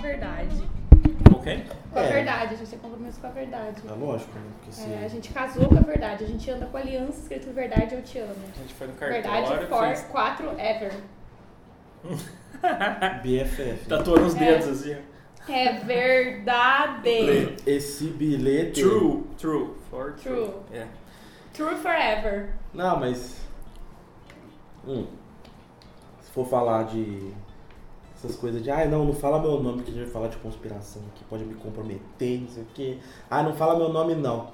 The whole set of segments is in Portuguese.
verdade. Ok? Com a É. verdade, a gente tem compromisso com a verdade. É lógico, né? Porque se... É, a gente casou com a verdade, a gente anda com a aliança escrito tipo, verdade, eu te amo. A gente foi no Verdade, cartório, for, fez... quatro, ever. Ah. BFF. né? tatuou nos É. dedos assim. É verdade. né? Esse bilhete... True, true, for true. True. É. True forever. Não, mas... Hum. Se for falar de... Essas coisas de, ai não, não fala meu nome que a gente vai falar de conspiração aqui, pode me comprometer, não sei o quê. Ah, não fala meu nome não.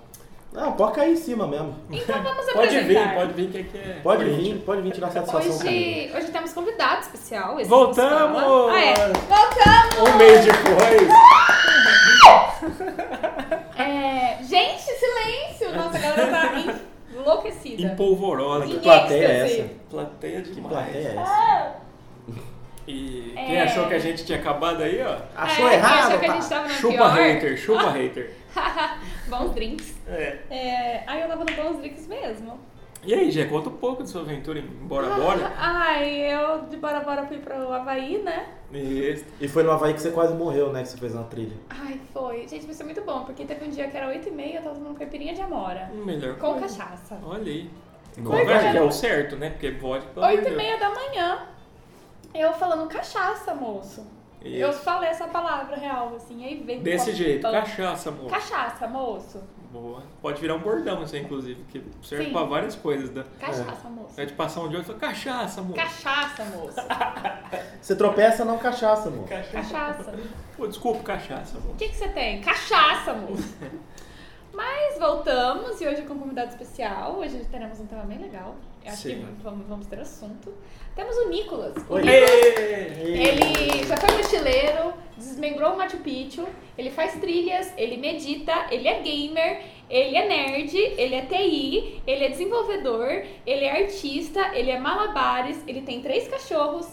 Não, pode cair em cima mesmo. Então vamos Pode vir, apresentar. pode um vir que aqui é. Pode política. vir, pode vir tirar satisfação comigo. Hoje, hoje temos convidado especial. esse Voltamos! que nos fala. Ah, é. Voltamos! Um mês depois. É, gente, silêncio! Nossa, a galera tá enlouquecida. Empolvorosa. Em plateia é êxtase. essa? Plateia Que demais. plateia é essa? E É. quem achou que a gente tinha acabado aí, ó. Achou É, quem errado, tá? achou que a pá? gente tava na Chupa pior. hater, chupa hater. Bons drinks. É. É, aí eu tava no Bons Drinks mesmo. E aí, Gê, conta um pouco da sua aventura em Bora Bora. Ai, eu de Bora Bora fui pro Havaí, né? Isso. E foi no Havaí que você quase morreu, né? Que você fez uma trilha. Ai, foi. Gente, mas foi muito bom, porque teve um dia que era 8h30, eu tava tomando caipirinha de amora. é Melhor Com coisa. cachaça. Olha aí. No Conversa que Havaí. é o certo, né? Porque vodka, pelo amor 8 de e Deus. meia da manhã, eu falando cachaça, moço. Isso. Eu falei essa palavra real, assim, aí veio... Desse copo, jeito, pão. cachaça, amor. Cachaça, moço. Boa. Pode virar um bordão isso aí, inclusive, que serve Sim. pra várias coisas. Da... Cachaça, moço. Vai te passar um de olho e falar, cachaça, amor. Cachaça, moço. Você tropeça, não cachaça, amor. Cachaça. Pô, desculpa, cachaça, amor. O que, que você tem? Cachaça, moço. Mas voltamos e hoje com um convidado especial. Hoje teremos um tema bem legal. Eu acho Sim. que vamos, vamos ter assunto. Temos o Nicolas. Oi. Ê! É, Ele já foi mochileiro, desmembrou o Machu Picchu, ele faz trilhas, ele medita, ele é gamer, ele é nerd, ele é TI, ele é desenvolvedor, ele é artista, ele é malabares, ele tem três cachorros.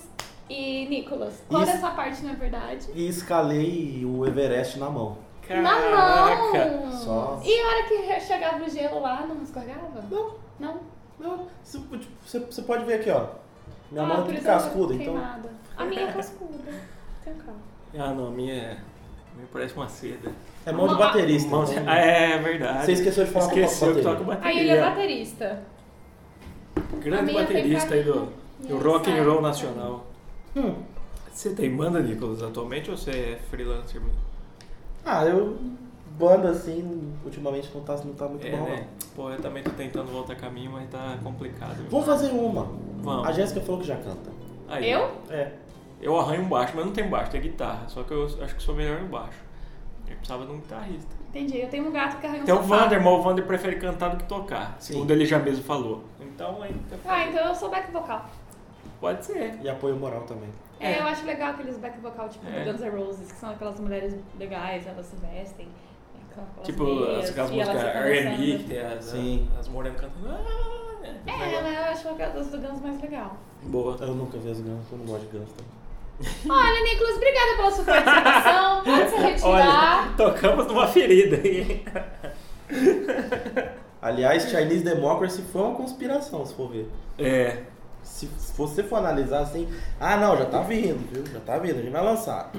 E, Nicolas, qual Isso. dessa parte não é verdade? E escalei o Everest na mão. Na Caraca. mão! Só. E a hora que chegava o gelo lá, não escorregava? Não. Não? Não, você, tipo, você- você pode ver aqui, ó. Minha Ah, mão é por tudo isso ela tá cascuda, então. queimada. A minha é cascuda. Tem um calma. Ah, não, a minha é... a minha parece uma seda. É mão de Mão- baterista. Mão- então- Ah, é verdade. Você esqueceu de falar que eu toco Esqueceu que bateria. toca Aí ele é bateria. baterista. a Grande minha tem baterista aí do, carinha. do rock Sabe. and roll nacional. Hum. Você tem banda, Nicolas, atualmente ou você é freelancer? mesmo? Ah, eu. Banda assim, ultimamente não tá, não tá muito É, bom, né? não. Pô, eu também tô tentando voltar a caminho, mas tá complicado. viu? Vamos fazer uma. Vamos. A Jéssica falou que já canta. Aí. Eu? É. Eu arranho um baixo, mas não tem baixo, tem guitarra. Só que eu acho que sou melhor no baixo. Eu precisava de um guitarrista. Entendi. Eu tenho um gato que arranha um Tem o sofá. Vander, mas o Vander prefere cantar do que tocar. Sim. Segundo ele já mesmo falou. Então aí. tá Ah, fazendo. então eu sou back vocal. Pode ser. E apoio moral também. É, É. eu acho legal aqueles back vocal tipo É. do Guns N' Roses, que são aquelas mulheres legais, elas se vestem. né, com aquelas tipo, meias, as, aquelas e elas músicas ficam dançando. RB, que tem as, Sim. as morenas cantando. Ah, né? É, né? Eu acho aquelas do Guns mais legal. Boa. Eu nunca vi as ganhas, eu não gosto de ganhas também. Olha, Nicolas, obrigada pela sua participação. Pode se retirar. Olha, tocamos numa ferida, hein? Aliás, Chinese Democracy foi uma conspiração, se for ver. É. Se você for analisar assim, ah não, já tá vindo, viu? Já tá vindo, a gente vai lançar.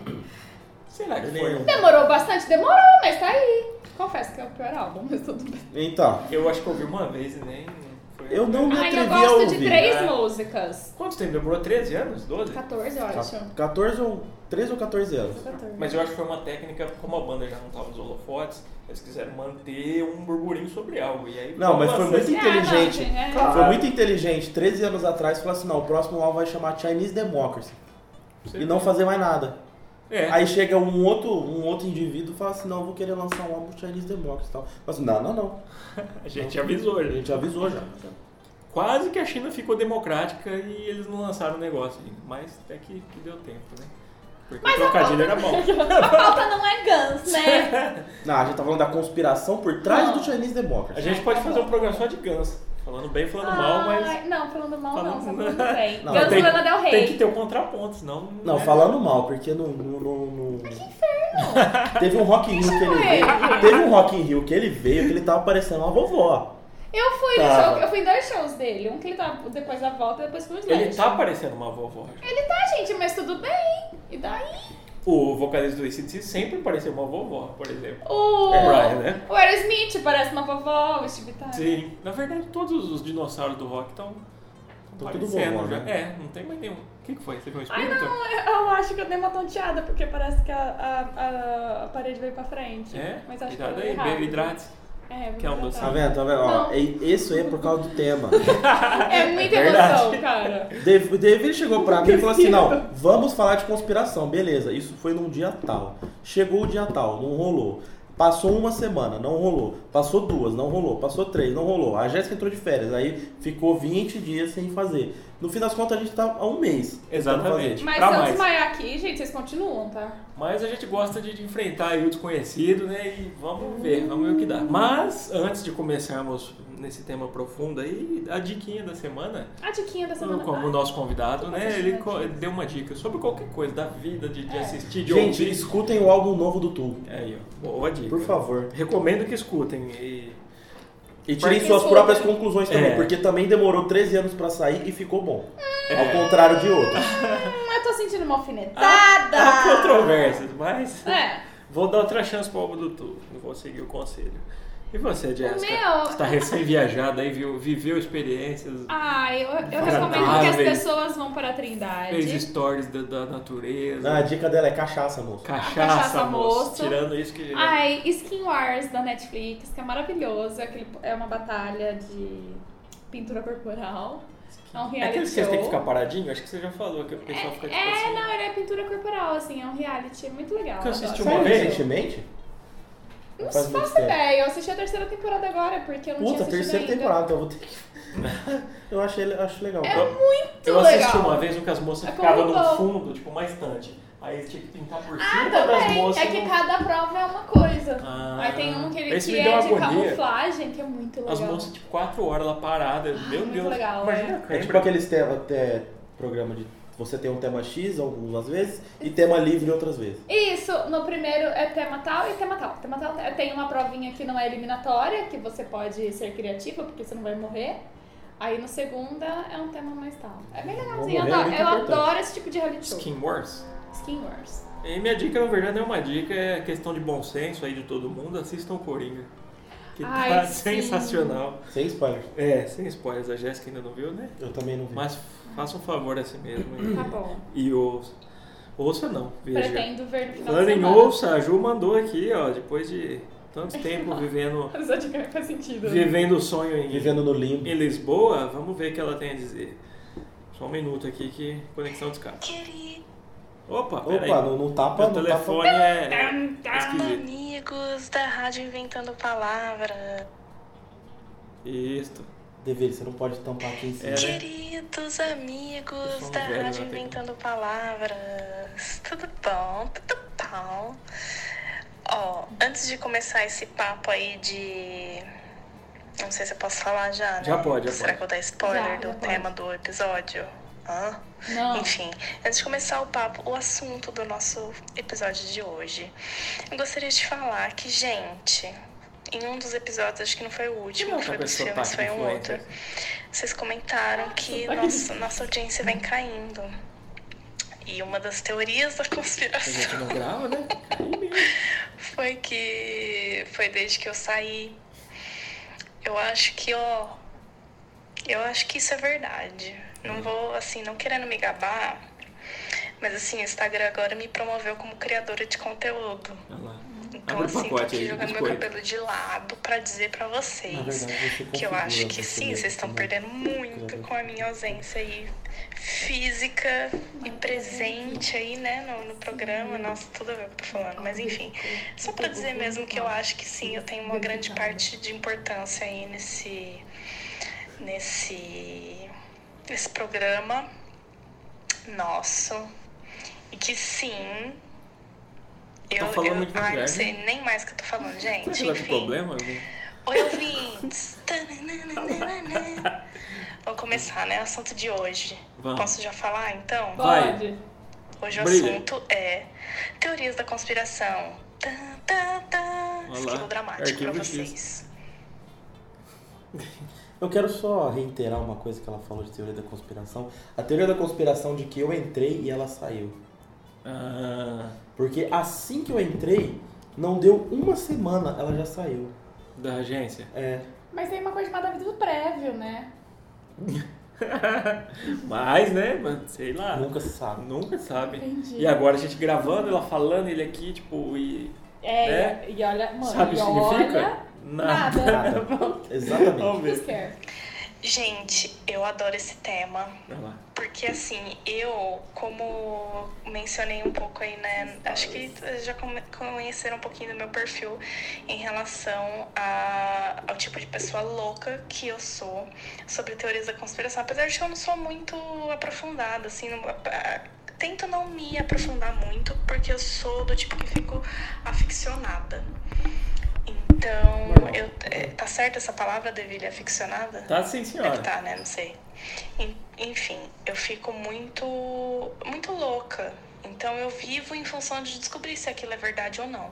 Será que Beleza. foi? um Demorou bastante, demorou, mas tá aí. Confesso que é o pior álbum, mas tudo bem. Então, Eu acho que eu ouvi uma vez e nem. foi- eu não me Ai, eu atrevi a gosto ouvir. de três né? músicas. Quanto tempo? Demorou 13 anos? 12? 14, eu acho. Ca- 14 ou 13 ou 14 anos. 14. Mas eu acho que foi uma técnica, como a banda já não tava nos holofotes, eles quiseram manter um burburinho sobre algo. E aí, Não, mas nossa, foi muito assim. inteligente. Ah, não, gente, é. Foi muito inteligente. 13 anos atrás, falou assim: não, o próximo álbum vai chamar Chinese Democracy. você- E não fazer mais nada. É. Aí chega um outro, um outro indivíduo e fala assim: não, eu vou querer lançar um álbum Chinese Democracy e tal. Fala assim: não, não, não. a gente avisou, A gente. gente avisou já. Quase que a China ficou democrática e eles não lançaram o negócio. ainda. Mas até que, que deu tempo, né? Porque o trocadilho era bom. A pauta não é Guns, né? Não, a gente tá falando da conspiração por trás Não. do Chinese Democracy. A gente pode fazer um programa só de Guns. Falando bem, falando Ah, mal, mas. Ai, Não, falando mal não, só Falando- falando bem. Não, Guns tem- Lana Del Rey. Tem que ter um contraponto, senão. Não, é- falando mal, porque no. no, no, no... Teve um Rock in Rio que ele Deixa veio. eu ver. Teve um Rock in Rio que ele veio que ele tava parecendo uma vovó. Eu fui no Tá. show, eu fui em dois shows dele. Um que ele tava depois da volta e depois fui no Ele Slash. tá parecendo uma vovó. Ele tá, gente, mas tudo bem. E daí? O vocalista do ACDC sempre pareceu uma vovó, por exemplo. O, É, Brian, né? o Aerosmith parece uma vovó, o Steve Tyler. Sim. Na verdade, todos os dinossauros do rock estão Tão tudo parecendo vovó, já. né? É, não tem mais nenhum. O que, que foi? Você viu um Ai, espírito? não, eu eu acho que eu dei uma tonteada, porque parece que a, a- a- a parede veio pra frente. É? Mas acho que eu Cuidado dei aí, errado. baby hidrate. É, vou Que é um tratar. Tá vendo, tá vendo? Ó, Não. é- isso aí é por causa do tema. É muita Verdade. É emoção, cara. Dave- O David chegou pra mim e falou assim: não, vamos falar de conspiração, beleza. Isso foi num dia tal. Chegou o dia tal, não rolou. Passou uma semana, não rolou. Passou duas, não rolou. Passou três, não rolou. A Jéssica entrou de férias, aí ficou 20 dias sem fazer. No fim das contas, a gente tá há um mês. tentando Exatamente. fazer. Mas tipo Pra se eu mais. desmaiar aqui, gente, vocês continuam, tá? Mas a gente gosta de de enfrentar aí o desconhecido, né? E vamos ver, vamos ver o que dá. Mas antes de começarmos nesse tema profundo aí, a diquinha da semana, A diquinha da semana. tá? como o nosso convidado, eu né? faço Ele isso, co- deu uma dica sobre qualquer coisa da vida, de, de É. assistir, de Gente, ouvir. escutem o álbum novo do Tu, É Aí, ó. Boa dica. por favor. Recomendo que escutem. E E tirem Porque suas foi- próprias conclusões também, É. porque também demorou 13 anos pra sair e ficou bom. Ao contrário de outros. Hum, eu tô sentindo uma há alfinetada. controvérsias, mas É. vou dar outra chance pro álbum do Tu. Vou seguir o conselho. E você, Jéssica? meu- Você tá recém-viajada aí, viu, viveu experiências Ah, eu, eu Maravilha. recomendo que as pessoas vão para a Trindade. Fez stories da, da natureza. Ah, a dica dela é cachaça, moço. Cachaça, Cachaça, moço. moço. Tirando isso que. Ai, Skin Wars da Netflix, que é maravilhoso. É aquele- é uma batalha de pintura corporal. É um é reality aqueles que show. vocês têm que ficar paradinho? Acho que você já falou que o pessoal fica tipo É, assim. não, ele é pintura corporal, assim, é um reality, é muito legal. Que eu assisti adoro. uma Saiu vez? recentemente? Não Faz muito faço tempo. ideia, eu assisti a terceira temporada agora, porque eu não Puta, tinha assistido terceira ainda. temporada, então eu vou ter que. eu achei, eu acho legal. É Eu- muito Eu assisti legal. uma vez um que as moças É ficavam como no bom. fundo, tipo, uma estante. Aí tinha que pintar por Ah, cima das também. moças. É que no- cada prova é uma coisa. Ah, Aí tem um que, ele- esse que me deu é de agonia. camuflagem, que é muito legal. As moças, tipo, quatro horas lá paradas. Ah, Meu muito Deus. legal, Imagina é. a É câmera. tipo aqueles temas, até programa de. Você tem um tema X algumas vezes e tema livre outras vezes. Isso, no primeiro é tema tal e tema tal. Tema tal tem uma provinha que não é eliminatória, que você pode ser criativa, porque você não vai morrer. Aí no segunda é um tema mais tal. É bem legalzinho, eu adoro, morrer é muito eu importante. adoro esse tipo de reality show. Skin Wars. Skin Wars. E minha dica, na verdade, não é uma dica, é questão de bom senso aí de todo mundo. Assistam o Coringa. Que tá Ai, sim. sensacional. Sem spoiler. É, sem spoilers, a Jéssica ainda não viu, né? Eu também não vi. Mas faça um favor a si mesmo. e- Tá bom. E ouça. Ouça não, Hum. veja. Pretendo ver no final Falando de em semana. ouça, a Ju mandou aqui, ó, depois de tanto tempo vivendo Essa dica não faz sentido. vivendo o sonho em, Vivendo no limbo. em Lisboa, vamos ver o que ela tem a dizer. Só um minuto aqui que conexão descapa. Queridos Opa, peraí. Opa, não, tá não tapa, Meu não telefone é Tum, tum. esquisito. amigos da Rádio Inventando Palavra, Isso. tapa. Dever, você não pode tampar aqui em cima. É. queridos Eu sou amigos um da velho, Rádio né, tem- Inventando Palavras, tudo bom? Tudo bom? Ó, antes de começar esse papo aí de. Não sei se eu posso falar já, né? Já pode, já Será pode. que eu vou dar spoiler Já, do já pode. tema do episódio? Hã? Não. Enfim, antes de começar o papo, o assunto do nosso episódio de hoje, eu gostaria de falar que, gente, em um dos episódios, acho que não foi o último, Não, que foi tá com dos esse filmes, sotaque foi de um outro, influencer. vocês comentaram que Sotaque de- nossa, nossa audiência vem caindo. E uma das teorias da A conspiração gente não grava, né? Aí mesmo. foi que foi desde que eu saí. Eu acho que, ó, eu acho que isso é verdade. Não vou, assim, não querendo me gabar, mas assim, o Instagram agora me promoveu como criadora de conteúdo. Olha lá. Então, Uhum. Abre o assim, tô pacote aqui aí, jogando meu biscoito. cabelo de lado pra dizer pra Na vocês verdade, você que eu configura acho que você sim, mesmo, vocês estão né? perdendo muito Criador. com a minha ausência aí física e presente aí, né, no, no programa. Nossa, tudo a ver o que eu tô falando, mas enfim. Só pra Uhum. dizer mesmo que eu Ah. acho que sim, eu tenho uma grande parte de importância aí nesse. nesse. nesse programa nosso. E que sim. Eu, falando eu, muito ai, devagar, né? não sei nem mais o que eu tô falando, Será gente. que dá com Enfim. problema? Oi, ouvintes! Tananana. Vamos começar, né? O assunto de hoje. Vamos. Posso já falar, então? Vai. Pode. Hoje o Brilha. assunto é teorias da conspiração. Tan, tan, tan. Olha lá, Estilo dramático pra arquivo X. vocês. Eu quero só reiterar uma coisa que ela falou de teoria da conspiração. A teoria da conspiração de que eu entrei e ela saiu. Ah, Porque assim que eu entrei, não deu uma semana, ela já saiu. da agência. É. Mas tem uma coisa chamada vida do prévio, né? Mas, né, mano, sei lá. Ah, Nunca se sabe. Nunca sabe. Entendi. E agora a gente gravando, ela falando, ele aqui, tipo, e. É, e, e olha, mano, sabe o e que significa? olha, nada. Nada. Exatamente. Vamos ver. Who's care? Gente, eu adoro esse tema. Olha lá. Porque assim, eu, como mencionei um pouco aí, né? Acho que vocês já come- conheceram um pouquinho do meu perfil em relação a- ao tipo de pessoa louca que eu sou sobre teorias da conspiração. Apesar de que eu não sou muito aprofundada, assim, não- a- a- tento não me aprofundar muito, porque eu sou do tipo que fico aficionada. Então, Normal. eu, é, tá certa essa palavra, Deville, aficionada? Tá sim, Deve senhora. tá, né? Não sei. En- Enfim, eu fico muito, muito louca. Então eu vivo em função de descobrir se aquilo é verdade ou não.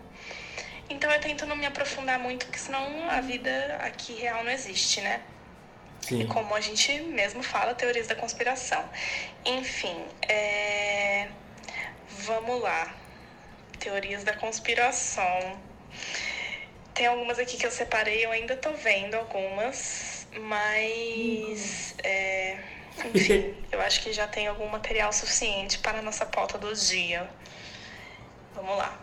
Então eu tento não me aprofundar muito, porque senão a vida aqui real não existe, né? E Sim. como a gente mesmo fala, teorias da conspiração. Enfim, é, vamos lá. Teorias da conspiração. Tem algumas aqui que eu separei, eu ainda tô vendo algumas, mas. é, Enfim, eu acho que já tem algum material suficiente para a nossa pauta do dia. Vamos lá.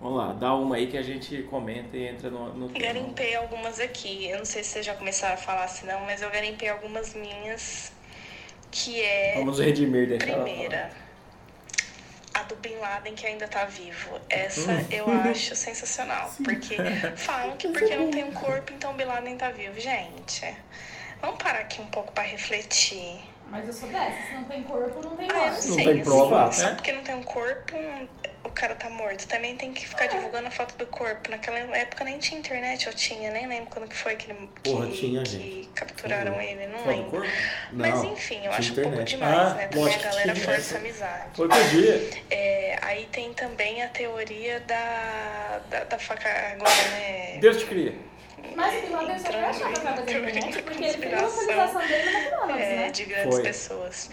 Vamos lá, dá uma aí que a gente comenta e entra no, no tema. Garimpei algumas aqui. Eu não sei se vocês já começaram a falar, se não, mas eu garimpei algumas minhas, que é. Vamos redimir, deixar ela falar. Primeira, a do Bin Laden que ainda tá vivo. Essa eu Uhum. acho sensacional. Porque falam que porque não tem um corpo, então Bin Laden tá vivo. Gente, vamos parar aqui um pouco pra refletir. Mas eu sou dessa, se não tem corpo, não tem Ah, eu não voz. Não sei, tem assim, prova, Só né? porque não tem um corpo, o cara tá morto. Também tem que ficar divulgando a foto do corpo. Naquela época nem tinha internet, eu tinha, nem lembro quando que foi que, ele- que, Porra, tinha, que gente. capturaram ele, não Fora do lembro. corpo? Mas Não. enfim, eu tinha acho um pouco internet. demais, Ah, né? Também a lógico que galera tinha. força a amizade. Foi pro dia. É, aí tem também a teoria da, da, da faca agora, né? Deus te cria. Mas o Bin Laden só foi achar pra da internet, um porque ele fez a localização dele na McDonald's, É, né? de grandes Foi. pessoas.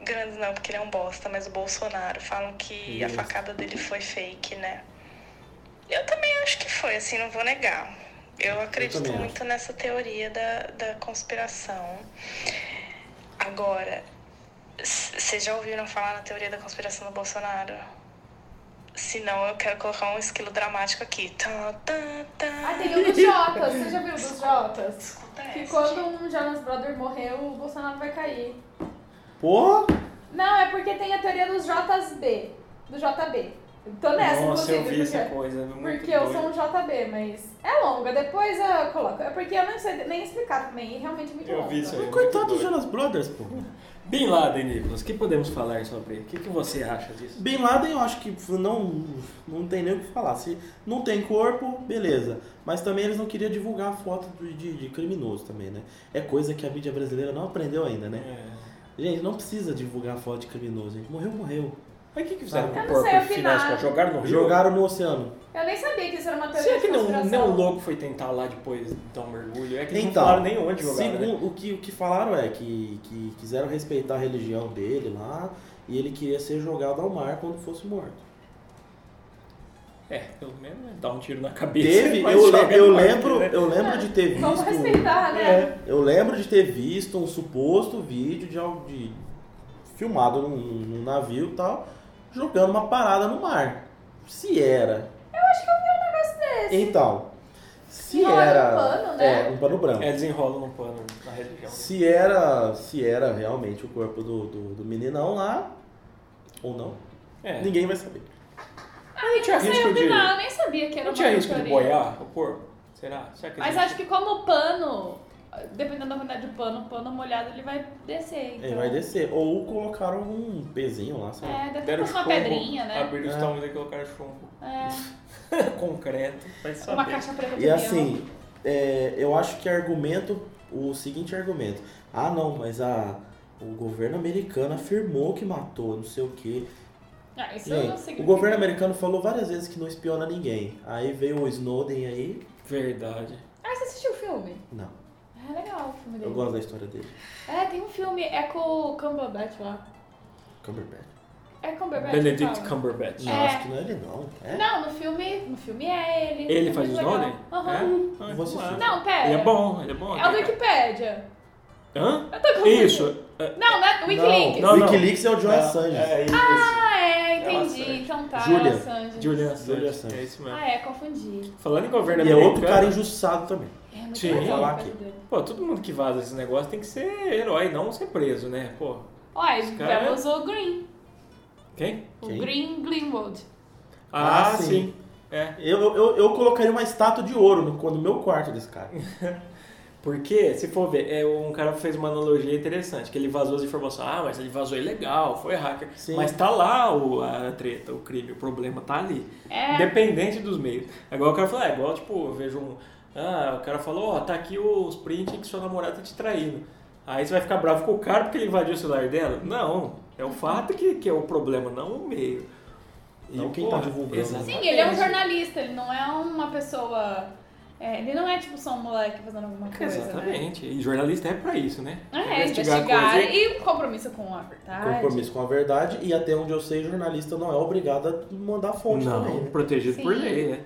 Grandes não, porque ele é um bosta, mas o Bolsonaro falam que a Isso. facada dele foi fake, né? Eu também acho que foi, assim, não vou negar. Eu acredito também muito nessa teoria da, da conspiração. Agora, c- vocês já ouviram falar na teoria da conspiração do Bolsonaro? Se não, eu quero colocar um esquilo dramático aqui. Tá, tá, tá. Ah, tem o dos Jotas, você já viu o dos Jotas? Escuta Que essa, quando um Jonas Brother morreu, o Bolsonaro vai cair. Pô! Não, é porque tem a teoria dos JB, do JB. Tô nessa, Nossa, eu vi inclusive, essa porque, coisa. muito porque eu doido. sou um JB, mas é longa, depois eu coloco. É porque eu não sei nem explicar também, e realmente é muito Eu longa. vi isso aí. Mas muito coitado dos doido. Jonas Brothers, pô. Bin Laden, Nicolas, o que podemos falar sobre ele? O que, que você acha disso? Bin Laden eu acho que não, não tem nem o que falar. Se não tem corpo, beleza. Mas também eles não queriam divulgar a foto do- de, de criminoso também, né? É coisa que a mídia brasileira não aprendeu ainda, né? É. Gente, não precisa divulgar a foto de criminoso, gente. Morreu, morreu. Mas o que, que fizeram com Eu o não corpo sei de finais? opinar. cara? Jogaram no rio? Jogaram no oceano. Eu nem sabia que isso era uma teoria Será que de não, conspiração. nem o louco foi tentar lá depois dar um mergulho? É que eles não Então, falaram nem onde jogaram, né? Segundo, o, que, o que falaram é que, que quiseram respeitar a religião dele lá e ele queria ser jogado ao mar quando fosse morto. É, pelo menos né, dá um tiro na cabeça. Teve, mas eu, joga le- eu no ar, lembro, né? eu lembro de ter visto. É, Vamos respeitar, né? É, eu lembro de ter visto um suposto vídeo de, al- de filmado num, num navio e tal, jogando uma parada no mar. Se era. Um Então, se Não, era. era um pano, né? É, um pano branco. É, desenrola no pano na religião. Se era. Se era realmente o corpo do, do, do meninão lá. Ou não, É. ninguém vai saber. Ah, eu tinha não sei risco de- opinar, eu nem sabia que era Não uma tinha risco de teoria. boiar o corpo? Será? Será que Mas acho que como o pano, dependendo da quantidade do pano, o pano molhado ele vai descer. Ele então- vai descer. Ou colocaram um pezinho lá, sei lá. É, deve ter uma pedrinha, né? Abriram os É. tamanhos e colocaram chumbo. É, Concreto. Vai saber. uma caixa preta de E assim, é, eu acho que argumento, o seguinte argumento. Ah não, mas a, o governo americano afirmou que matou, não sei o quê. Ah, isso eu não Gente, sei. o governo americano falou várias vezes que não espiona ninguém. Aí veio o Snowden aí. Verdade. Ah, você assistiu o filme? Não, É legal o filme eu dele. gosto da história dele. É, tem um filme, é com o Cumberbatch lá. Cumberbatch. É Cumberbatch. Benedict que fala. Cumberbatch. Não, É. acho que não é ele não. É? Não, no filme, no filme é ele. Ele é faz o muito legal. Snowden? Aham. É? Ah, Vou então assistir. é. Não, pera. Ele é bom, ele é bom. É o do Wikipédia. Hã? Eu tô confundindo. Isso. é- Não, não é Wikileaks. Não, não. Wikileaks é o John Assange. É isso. Ah, é, entendi. Assange. então tá, Julia. é Assange. Julian Assange. Julian Assange. É isso mesmo. Ah, é, confundi. Falando em governo E é americano... outro cara injustiçado também. É muito Sim. legal, Falar coisa aqui. dele. Pô, todo mundo que vaza esse negócio tem que ser herói, não ser preso, né? Pô, Olha, já cara é- usou o Green. quem? O Quem? Green Greenwood. Ah, Ah, sim. sim. É. Eu, eu, eu colocaria uma estátua de ouro no, no meu quarto desse cara. Porque, se for ver, é, um cara fez uma analogia interessante, que ele vazou as informações. Ah, mas ele vazou ilegal, foi hacker. Sim. Mas tá lá o, a treta, o crime, o problema tá ali. É. Independente dos meios. Agora o cara fala, é igual, tipo, eu vejo um. Ah, o cara falou, ó, tá aqui os prints que sua namorada tá te traindo. Aí você vai ficar bravo com o cara porque ele invadiu o celular dela? Não. É o fato que, que é o problema, não o meio. Então, Não quem tá né? divulgando. Sim, ele é um jornalista, ele não é uma pessoa. é, ele não é tipo só um moleque fazendo alguma coisa. Né? Exatamente. E jornalista é pra isso, né? É, Investigar investigar, coisa e- e um compromisso com a verdade. Compromisso com a verdade. E até onde eu sei, jornalista não é obrigado a mandar fonte não, também. né? protegido por Sim. lei, né?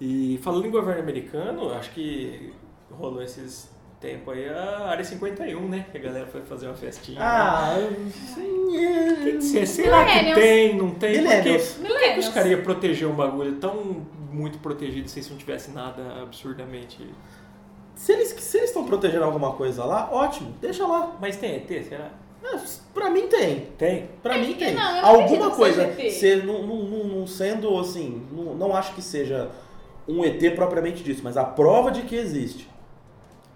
E falando em governo americano, acho que rolou esses tempos aí a Área 51, né? Que a galera foi fazer uma festinha. Ah, é. O que que você- será que Millennials. tem, não tem? Por que, Millennials. por que que os Millennials. caras iam proteger um bagulho tão muito protegido se isso não tivesse nada absurdamente... se eles se eles estão protegendo alguma coisa lá, ótimo, deixa lá. Mas tem ET, será? Mas Pra mim tem. Tem. Pra É, mim tem. não, eu não acredito Alguma que coisa. seja ET. Se, não, não- não- não sendo assim, não, não acho que seja um ET propriamente disso, mas a prova de que existe.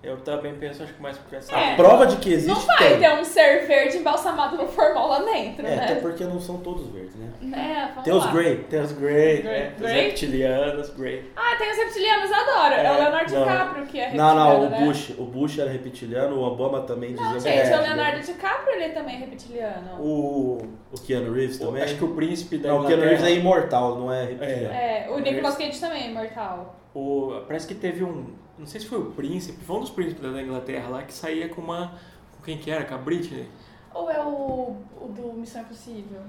Eu também penso, acho que mais por essa... É. Prova de que existe. Não vai tem. ter um ser verde embalsamado no formol lá dentro, É, né? até porque não são todos verdes, né? Né, vamos Tem os lá. Grey. Tem os Grey, Grey. né? Os Grey? reptilianos, Grey. Ah, tem os reptilianos, eu adoro. É, É, o Leonardo não. DiCaprio que é Não, reptiliano. não, o né? Bush. O Bush era reptiliano, o Obama também Não, dizia gente, que era o reptiliano. Leonardo DiCaprio ele também é reptiliano. É. O... O Keanu Reeves também. Acho que o príncipe da Não, o Keanu Reeves é Inglaterra... imortal, não é reptiliano. É, o Mas- Nicolas Cage também é imortal. o- Parece que teve um... Não sei se foi o príncipe, foi um dos príncipes da Inglaterra lá que saía com uma... com Quem que era? Com a Britney? Ou é o, o do Missão Impossível?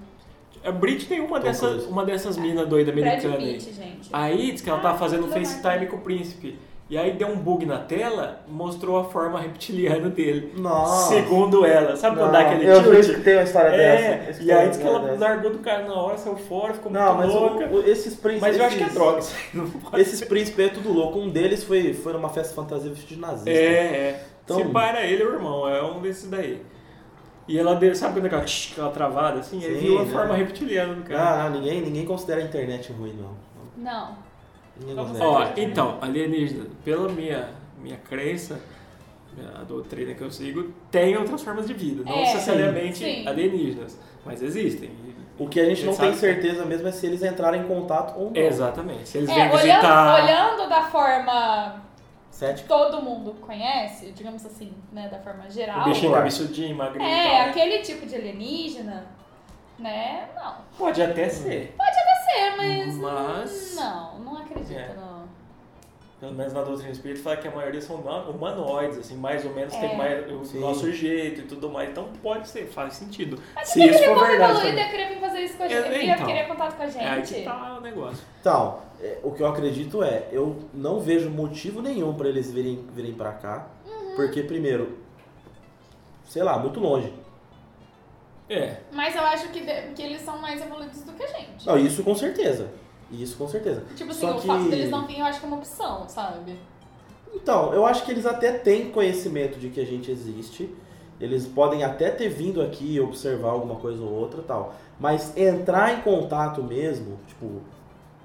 A Britney é uma, Tom dessas, Cruise. uma dessas minas doidas Brad americanas aí. Pitt, gente. Aí diz que ela tava Ah, fazendo Leonardo. FaceTime com o príncipe. E aí deu um bug na tela, mostrou a forma reptiliana dele. Nossa. É. Segundo ela. Sabe quando dá Não, aquele eu tilt? vejo que tem uma história é, dessa. e aí diz que ela Dessa. largou do cara na hora, saiu fora, ficou Não, muito mas louca. o- o- esses príncipes. mas eu acho que é esses- droga isso aí, não pode Esses ser. príncipes é tudo louco. Um deles foi, foi numa festa fantasia vestido de nazista. É, é. Então- Se para ele, é o irmão, é um desses daí. E ela deu, sabe quando é aquela, aquela travada assim? aí Sim, viu a né? forma reptiliana do cara. Ah, não, ninguém, ninguém considera a internet ruim, não. Não. Ninguém Vamos considera. Ó, É. então, alienígena, pela minha, minha crença, a doutrina que eu sigo, tem outras formas de vida, não É, necessariamente sim. alienígenas, mas existem. O que a gente Ele não sabe tem que- certeza mesmo é se eles entrarem em contato ou não. Exatamente. Se eles É, vêm olhando, visitar. olhando da forma que Cético. todo mundo conhece, digamos assim, né, da forma O geral. bichinho Claro. cabeçudinho, magrinho. e É, tal, né? aquele tipo de alienígena, né, não. Pode até ser. Pode ser, mas... Mas- Não, não acredito, É. não. Pelo menos na doutrina espírita fala que a maioria são huma- humanoides, assim, mais ou menos tem É. mais o Sim. nosso jeito e tudo mais. Então pode ser, faz sentido. Mas Se se isso aquele for povo verdade. evoluído também. ia querer vir fazer isso com a É, gente, ia então. querer contato com a É aí gente. que tá o negócio. Então, é, o que eu acredito é, eu não vejo motivo nenhum pra eles virem, virem pra cá. Porque, primeiro, sei lá, muito longe. É. Mas eu acho que, de- que eles são mais evoluídos do que a gente. Não, isso com certeza. Isso com certeza. Tipo assim, Só o que- fato deles não virem eu acho que é uma opção, sabe? Então, eu acho que eles até têm conhecimento de que a gente existe. Eles podem até ter vindo aqui e observar alguma coisa ou outra e tal. Mas entrar em contato mesmo, tipo,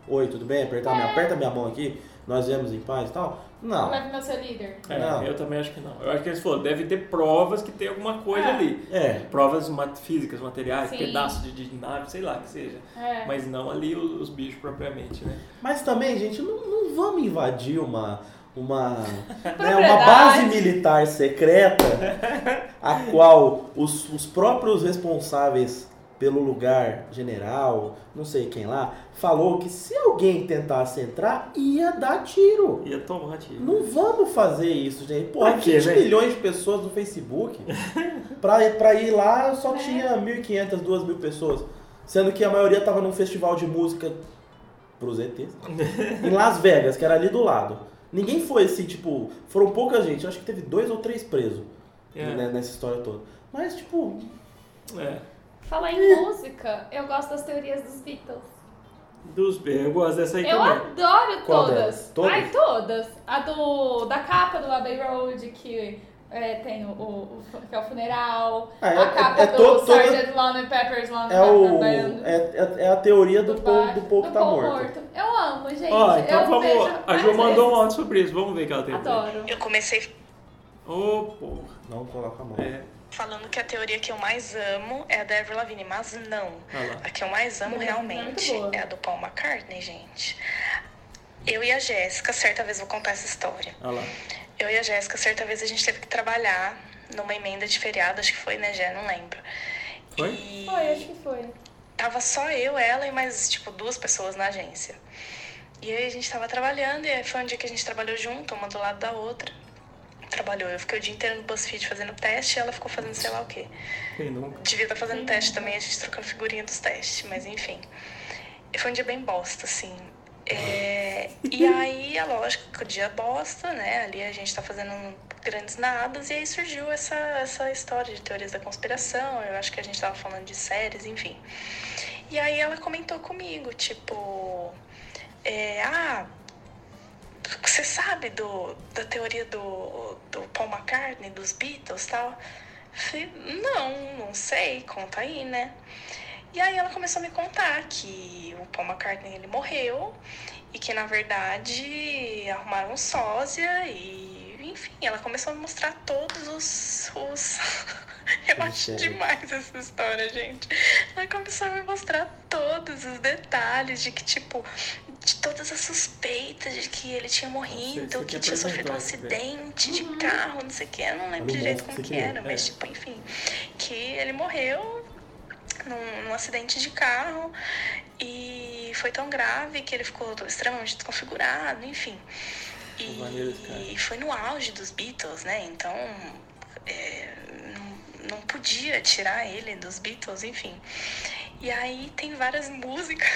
oi, tudo bem? Apertar minha, aperta minha mão aqui, nós viemos em paz e tal. Não. Leve meu seu líder. É, Não. eu também acho que não. Eu acho que eles falaram, deve ter provas que tem alguma coisa É. ali. É. Provas ma- físicas, materiais, Sim. pedaços de, de nave, sei lá que seja. É. Mas não ali os, os bichos propriamente, né? Mas também, gente, não, não vamos invadir uma. Uma, né, uma Propriedade. base militar secreta a qual os, os próprios responsáveis pelo lugar general, não sei quem lá, falou que se alguém tentasse entrar, ia dar tiro. Ia tomar tiro. Não vamos fazer isso, gente. Pô, Pra quê, né? 20 velho? milhões de pessoas no Facebook. pra, pra ir lá só É. tinha 1.500, 2.000 pessoas. Sendo que a maioria tava num festival de música pros ETs, em Las Vegas, que era ali do lado. Ninguém foi assim, tipo, foram pouca gente, acho que teve dois ou três presos É. né, nessa história toda. Mas, tipo, É. Falar em música, eu gosto das teorias dos Beatles. Dos B, eu gosto dessa aí Eu também. adoro Qual todas. delas? Todas? Ai, todas. A do da capa do Abbey Road, que é, tem o, o- o- que é o funeral. É, a é- capa é do to- toda- Sgt. Lone Pepper's Lone é, o, Pepper Band. é, é- é a teoria do, povo, bar- do povo que tá povo morto. Eu amo, gente. Ó, então eu vejo vamos. A várias Ju mandou um vezes. áudio sobre isso, vamos ver o que ela tem. pra dizer. Adoro. Eu comecei Ô, porra. Não coloca a mão. É. falando que a teoria que eu mais amo é a da Avril Lavigne, mas não. Olha lá. A que eu mais amo Muito realmente boa. é a do Paul McCartney, gente. Eu e a Jéssica, certa vez vou contar essa história. Olha lá. Eu e a Jéssica, certa vez a gente teve que trabalhar numa emenda de feriado, acho que foi, né, Jé? Não lembro. Foi? E Foi, acho que foi. tava só eu, ela e mais, tipo, duas pessoas na agência. E aí a gente tava trabalhando, e aí foi um dia que a gente trabalhou junto, uma do lado da outra. Trabalhou, eu fiquei o dia inteiro no BuzzFeed fazendo teste, e ela ficou fazendo sei lá o quê. Quem nunca? Devia estar fazendo teste também, a gente trocando figurinha dos testes, mas enfim. E Foi um dia bem bosta, assim. É, e aí, é lógico que o dia bosta, né? Ali a gente tá fazendo grandes nadas, e aí surgiu essa, essa história de teorias da conspiração. Eu acho que a gente tava falando de séries, enfim. E aí ela comentou comigo, tipo. É, ah, você sabe do, da teoria do, do Paul McCartney, dos Beatles e tal? Falei, não, não sei, conta aí, né? E aí ela começou a me contar que o Paul McCartney ele morreu e que na verdade arrumaram um sósia e enfim, ela começou a me mostrar todos os. os... Eu acho Mistério. demais essa história, gente. Ela começou a me mostrar todos os detalhes de que, tipo, de todas as suspeitas de que ele tinha morrido, Você- você que que tinha sofrido um apresentou, né? acidente de carro, não sei o que, eu não lembro Era um direito monstro como que que era, deu, mas é. tipo, enfim, que ele morreu num, num acidente de carro e foi tão grave que ele ficou extremamente desconfigurado, enfim. E Maneiro esse cara. e foi no auge dos Beatles, né? Então é, não, não podia tirar ele dos Beatles, enfim. E aí tem várias músicas.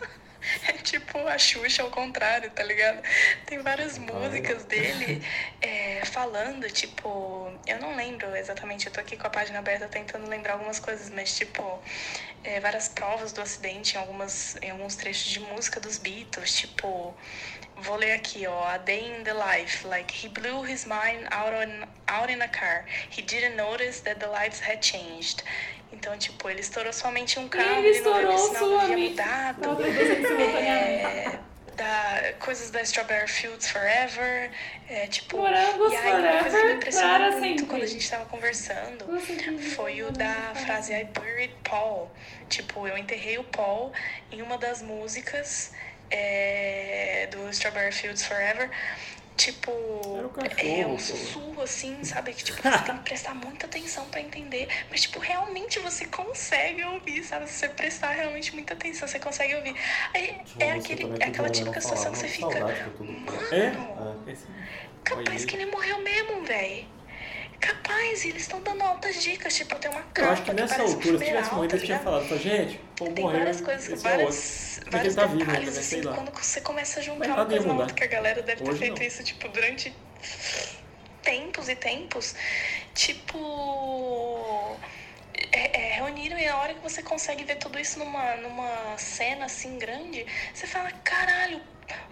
É tipo a Xuxa ao contrário, tá ligado? Tem várias músicas dele é, falando, tipo, eu não lembro exatamente, eu tô aqui com a página aberta tentando lembrar algumas coisas, mas tipo, é, várias provas do acidente em, algumas, em alguns trechos de música dos Beatles, tipo, Vou ler aqui, ó. A day in the life. Like, he blew his mind out, on, out in a car. He didn't notice that the lights had changed. Então, tipo, ele estourou somente um carro. ele não viu estourou que o sinal havia sua- mudado. Ela produz isso simultaneamente. É, da, coisas da Strawberry Fields Forever. É, tipo, Morangos e aí, uma coisa que me forever, impressionou para muito sempre. quando a gente tava conversando Nossa, que lindo. foi o da frase I buried Paul. Tipo, eu enterrei o Paul em uma das músicas é, do Strawberry Fields Forever. Tipo, Era o é cachorro, um pô. sussurro assim, sabe? Que tipo, você tem que prestar muita atenção pra entender. Mas, tipo, realmente você consegue ouvir, sabe? Se você prestar realmente muita atenção, você consegue ouvir. Aí, Deixa eu é, ver se aquele, eu também é aquela tô típica lembrando situação que falar. Nossa, você fica. saudade que eu tô do- É? Mano, Esse- Capaz Olha que ele morreu mesmo, velho. Capaz, e eles estão dando altas dicas, tipo, tem uma capa Eu acho que nessa parece um altura, se funeral, tivesse morrido, tá ele tinha ligado? falado, falou, gente, pô, Tem morreu, várias coisas, esse é outro. várias, Porque vários ele tá vivo detalhes, ainda, né? assim, Sei lá. quando você começa a Mas juntar nada uma coisa ia na mudar. outra, que a galera deve ter Hoje feito não. isso, tipo, durante tempos e tempos, tipo... É, é, reuniram e a hora que você consegue ver tudo isso numa, numa cena assim grande, você fala, caralho,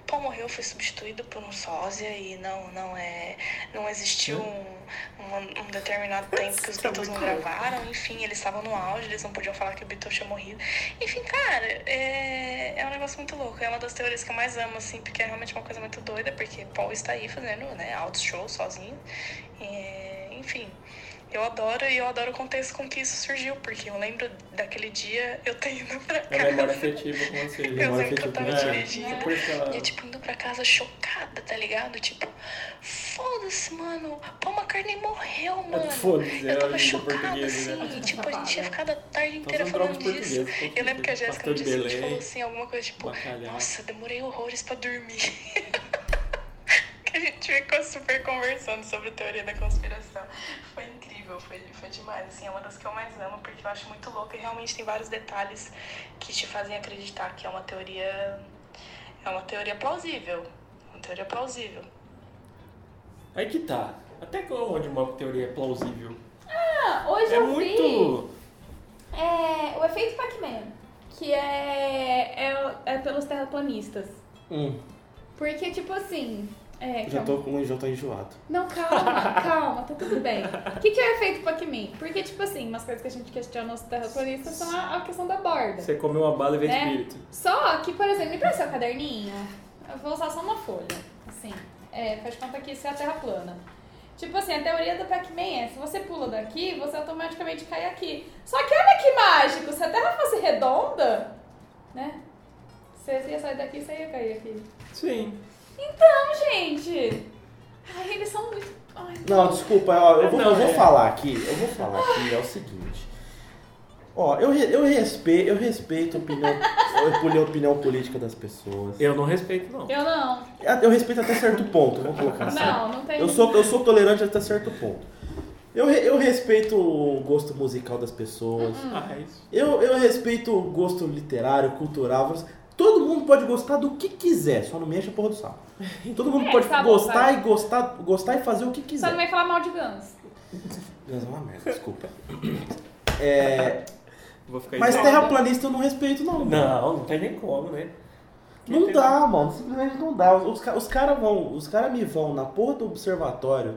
Paul morreu, foi substituído por um sósia e não, não é. Não existiu um, um, um determinado tempo que os Isso é Beatles não muito louco. gravaram, enfim, eles estavam no auge, eles não podiam falar que o Beatles tinha morrido. Enfim, cara, é, é um negócio muito louco. É uma das teorias que eu mais amo, assim, porque é realmente uma coisa muito doida, porque Paul está aí fazendo, né, altos shows sozinho. É, enfim. Eu adoro e eu adoro o contexto com que isso surgiu, porque eu lembro daquele dia eu tenho indo pra É a casa. memória afetiva com você. eu memória lembro que eu tava afetiva. É, dirigindo. por isso que ela- E eu, tipo, indo pra casa chocada, tá ligado? Tipo, foda-se, mano. Paul McCartney morreu, mano. é Foda-se, eu era tava língua chocada, portuguesa, assim. né? Então e, tipo, a gente tinha ficado a tarde inteira são falando drogas disso. portuguesas, com Eu lembro que a certeza. Pastel Jéssica no de dia seguinte Belém, falou assim, alguma coisa tipo, bacalhau. nossa, demorei horrores pra dormir. que a gente ficou super conversando sobre teoria da conspiração. Foi incrível. incrível, foi, foi demais. Assim, é uma das que eu mais amo, porque eu acho muito louca e realmente tem vários detalhes que te fazem acreditar que é uma teoria. É uma teoria plausível. Uma teoria plausível. Aí que tá. Até que onde uma teoria é plausível? Ah, hoje é eu vi muito. é, o efeito Pac-Man, que é, é, é pelos terraplanistas. Hum, Porque, tipo assim. É, já calma. tô com já tô enjoado. Não, calma, calma, tá tudo bem. O que, que é o efeito Pac-Man? Porque, tipo assim, umas coisas que a gente questiona os terraplanistas são a, a questão da borda. Você comeu uma bala e veio É. espírito. Só que, por exemplo, me presta o caderninho. Eu vou usar só uma folha. Assim, é, faz conta que isso é a terra plana. Tipo assim, a teoria do Pac-Man é: se você pula daqui, você automaticamente cai aqui. Só que olha que mágico! Se a terra fosse redonda, né? Você ia sair daqui, você ia cair aqui. Sim. Então, gente. Ai, eles são muito. Ai, Não, desculpa, ó, eu vou, Não, eu vou é. falar aqui, eu vou falar aqui, é o seguinte. Ó, eu, re- eu respeito, eu respeito a opinião, a opinião política das pessoas. Eu, Eu não respeito, não. Eu não. eu respeito até certo ponto, vamos colocar assim. Não, não tem. Eu sou, eu sou tolerante até certo ponto. Eu, re- eu respeito o gosto musical das pessoas. Ah, é isso. Eu, eu respeito o gosto literário, cultural. mas Todo mundo pode gostar do que quiser, só não me enche a porra do saco. Todo mundo É, pode tá bom, gostar vai. e gostar, gostar e fazer o que Só quiser. não vai falar mal de Guns. Mas é uma merda, desculpa. Vou ficar Mas aí. terraplanista eu não respeito, não. Não, não tem nem como, né? Não dá, mano. Simplesmente não dá. Os, ca- os caras vão. Os caras me vão na porra do observatório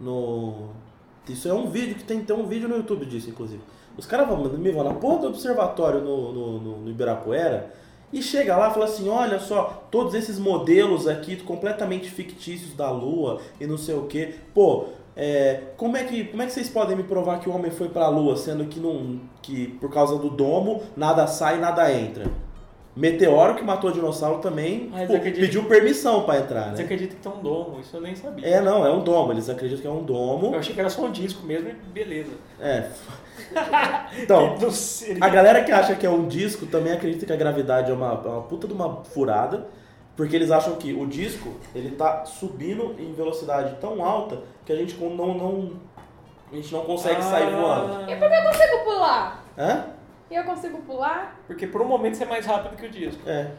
no. Isso é um vídeo que tem, tem um vídeo no YouTube disso, inclusive. Os caras vão, me vão na porra do observatório no, no, no, no Ibirapuera e chega lá e fala assim, olha só, todos esses modelos aqui completamente fictícios da Lua e não sei o que. Pô, é, como, é que, como é que vocês podem me provar que o homem foi pra Lua, sendo que não. que por causa do domo, nada sai, nada entra. Meteoro que matou dinossauro também Ah, eles pô, acreditam- pediu permissão pra entrar, Você né? acredita que tem um domo? Isso eu nem sabia. É, não, é um domo, eles acreditam que é um Eu domo. achei que era só um disco mesmo e beleza. É. Então, Não sei. A galera que acha que é um disco também acredita que a gravidade é uma, é uma puta de uma furada, porque eles acham que o disco ele tá subindo em velocidade tão alta que a gente com- não, não, a gente não Ah. consegue sair voando. E por que eu consigo pular? Hã? E eu consigo pular? Porque por um momento você é mais rápido que o disco. É.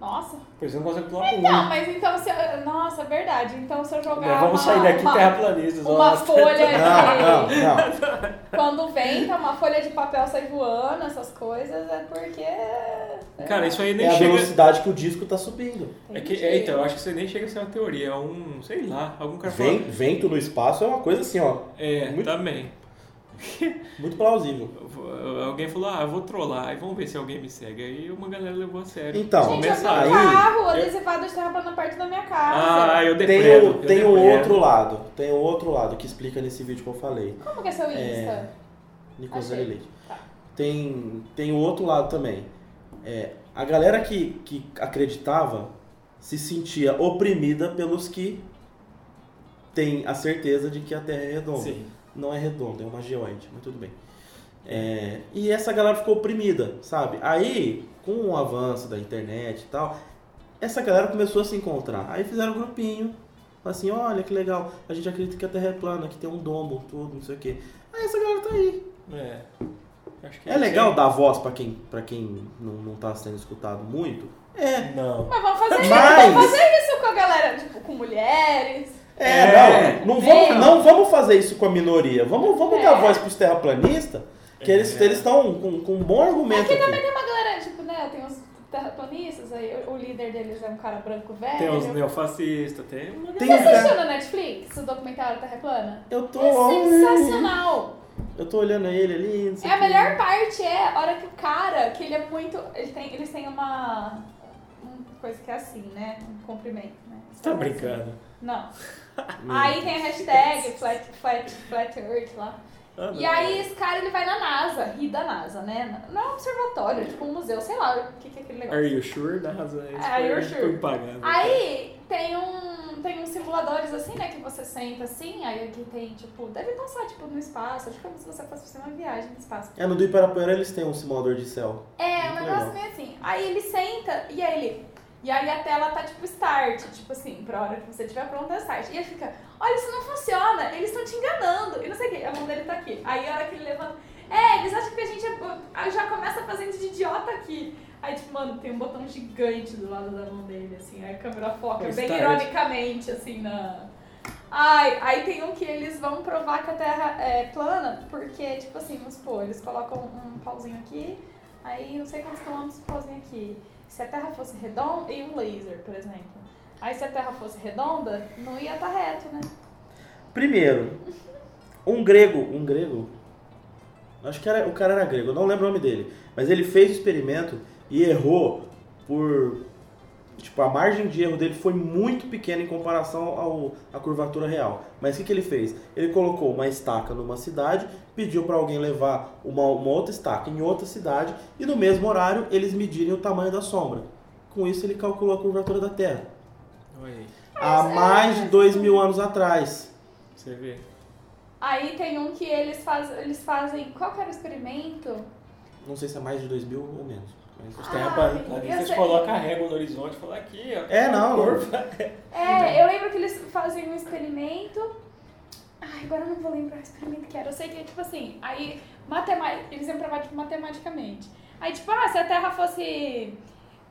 Nossa. Por isso eu não consegue pular Não, um. mas então se eu... Nossa, verdade. Então se eu jogar Né, Vamos uma, sair daqui uma, terraplanistas. ó. uma folha Não, de... não, não. Quando venta, uma folha de papel sai voando, essas coisas, é porque... Cara, isso aí nem É a chega... velocidade que o disco tá subindo. É que, é, então, eu acho que você nem chega a ser uma teoria. É um, sei lá, algum cara Vem, falou... vento no espaço é uma coisa assim, ó, É, Muito- também. muito plausível. Eu vou- Alguém falou, ah, eu vou trollar, e vamos ver se alguém me segue. Aí uma galera levou a sério. Então, Gente, eu vi um aí- carro adesivado de terra na parte da minha casa. Ah, eu Tem depredo. o, eu tem o depredo. outro lado, tem o outro lado que explica nesse vídeo que eu falei. Como que é seu Insta? Nicolas Achei. Leite. Tá. Tem, tem o outro lado também. É, a galera que, que acreditava se sentia oprimida pelos que têm a certeza de que a Terra é redonda. Sim. Não é redonda, é uma geoide, mas tudo bem. É, e essa galera ficou oprimida, sabe? Aí, com o avanço da internet e tal, essa galera começou a se encontrar. Aí fizeram um grupinho, falaram assim, olha que legal, a gente acredita que a Terra é plana, que tem um domo, tudo, não sei o quê. Aí essa galera tá aí. É. Acho que É legal dar voz pra quem, pra quem não, não tá sendo escutado muito? É. Não. Mas vamos fazer, Mas- vamos fazer isso com a galera, tipo, com mulheres. É, É. não. Não vamos, É. não vamos fazer isso com a minoria. Vamos, vamos É. dar voz pros terraplanistas, que eles É. estão com, com um bom argumento Aqui também aqui. tem uma galera, tipo, né, tem uns terraplanistas aí, o o líder deles é um cara branco velho. Tem os neofascistas, tem uma Tem Você um cara- assistiu na Netflix o documentário Terra Plana? Eu tô. É sensacional! Eu tô olhando ele ali. não sei É a o quê. melhor parte é a hora que o cara, que ele é muito. Ele tem, eles têm uma. Uma coisa que é assim, né? Um comprimento, né? Você tá brincando. Não. Hum. Aí tem a hashtag flat, flat, flat Earth lá. Ah, não. E aí esse cara ele vai na NASA, ri da NASA, né? Não é um observatório, é tipo um museu, sei lá o que, que é aquele negócio. Are you sure? Da razão. Isso Are you foi- sure? Foi impagável. Aí tem um. Tem uns simuladores assim, né? Que você senta assim, aí aqui tem, tipo, deve passar, tipo, no espaço. Acho que é como se você fosse fazer uma viagem no espaço. É, no do Ibirapuera eles têm um simulador de céu. É, um Muito negócio legal. meio assim. Aí ele senta e aí ele. E aí a tela tá tipo start, tipo assim, pra hora que você estiver pronta é start. E ele fica, olha, isso não funciona, eles estão te enganando. E não sei o que, a mão dele tá aqui. Aí a hora que ele levanta, é, eles acham que a gente é bo- aí já começa fazendo de idiota aqui. Aí, tipo, mano, tem um botão gigante do lado da mão dele, assim, aí a câmera foca Pois bem tarde. ironicamente, assim, na. Ai, aí tem um que eles vão provar que a Terra é plana, porque, tipo assim, vamos supor, eles colocam um pauzinho aqui, aí não sei quantos quilômetros pauzinho aqui. Se a Terra fosse redonda, e um laser, por exemplo. Aí se a Terra fosse redonda, não ia estar reto, né? Primeiro, um grego, um grego, acho que era, o cara era grego, eu não lembro o nome dele, mas ele fez o experimento e errou por, tipo, a margem de erro dele foi muito pequena em comparação ao à curvatura real. Mas o que, que ele fez? Ele colocou uma estaca numa cidade, pediu para alguém levar uma, uma outra estaca em outra cidade e no mesmo horário eles medirem o tamanho da sombra. Com isso ele calculou a curvatura da Terra. Olha aí, Há mais de dois mil anos atrás. você vê. Aí tem um que eles, faz, eles fazem. Qual que era o experimento? Não sei se é mais de 2 mil ou menos. Mas Os Ah, eu terraplanistas tá vocês sei. colocam a régua no horizonte e falam aqui, ó. É, não. Curva. É, eu lembro que eles fazem um experimento. Ai, agora eu não vou lembrar o experimento que era. Eu sei que é tipo assim, aí matema- eles iam provar tipo, matematicamente. Aí tipo, ah, se a Terra fosse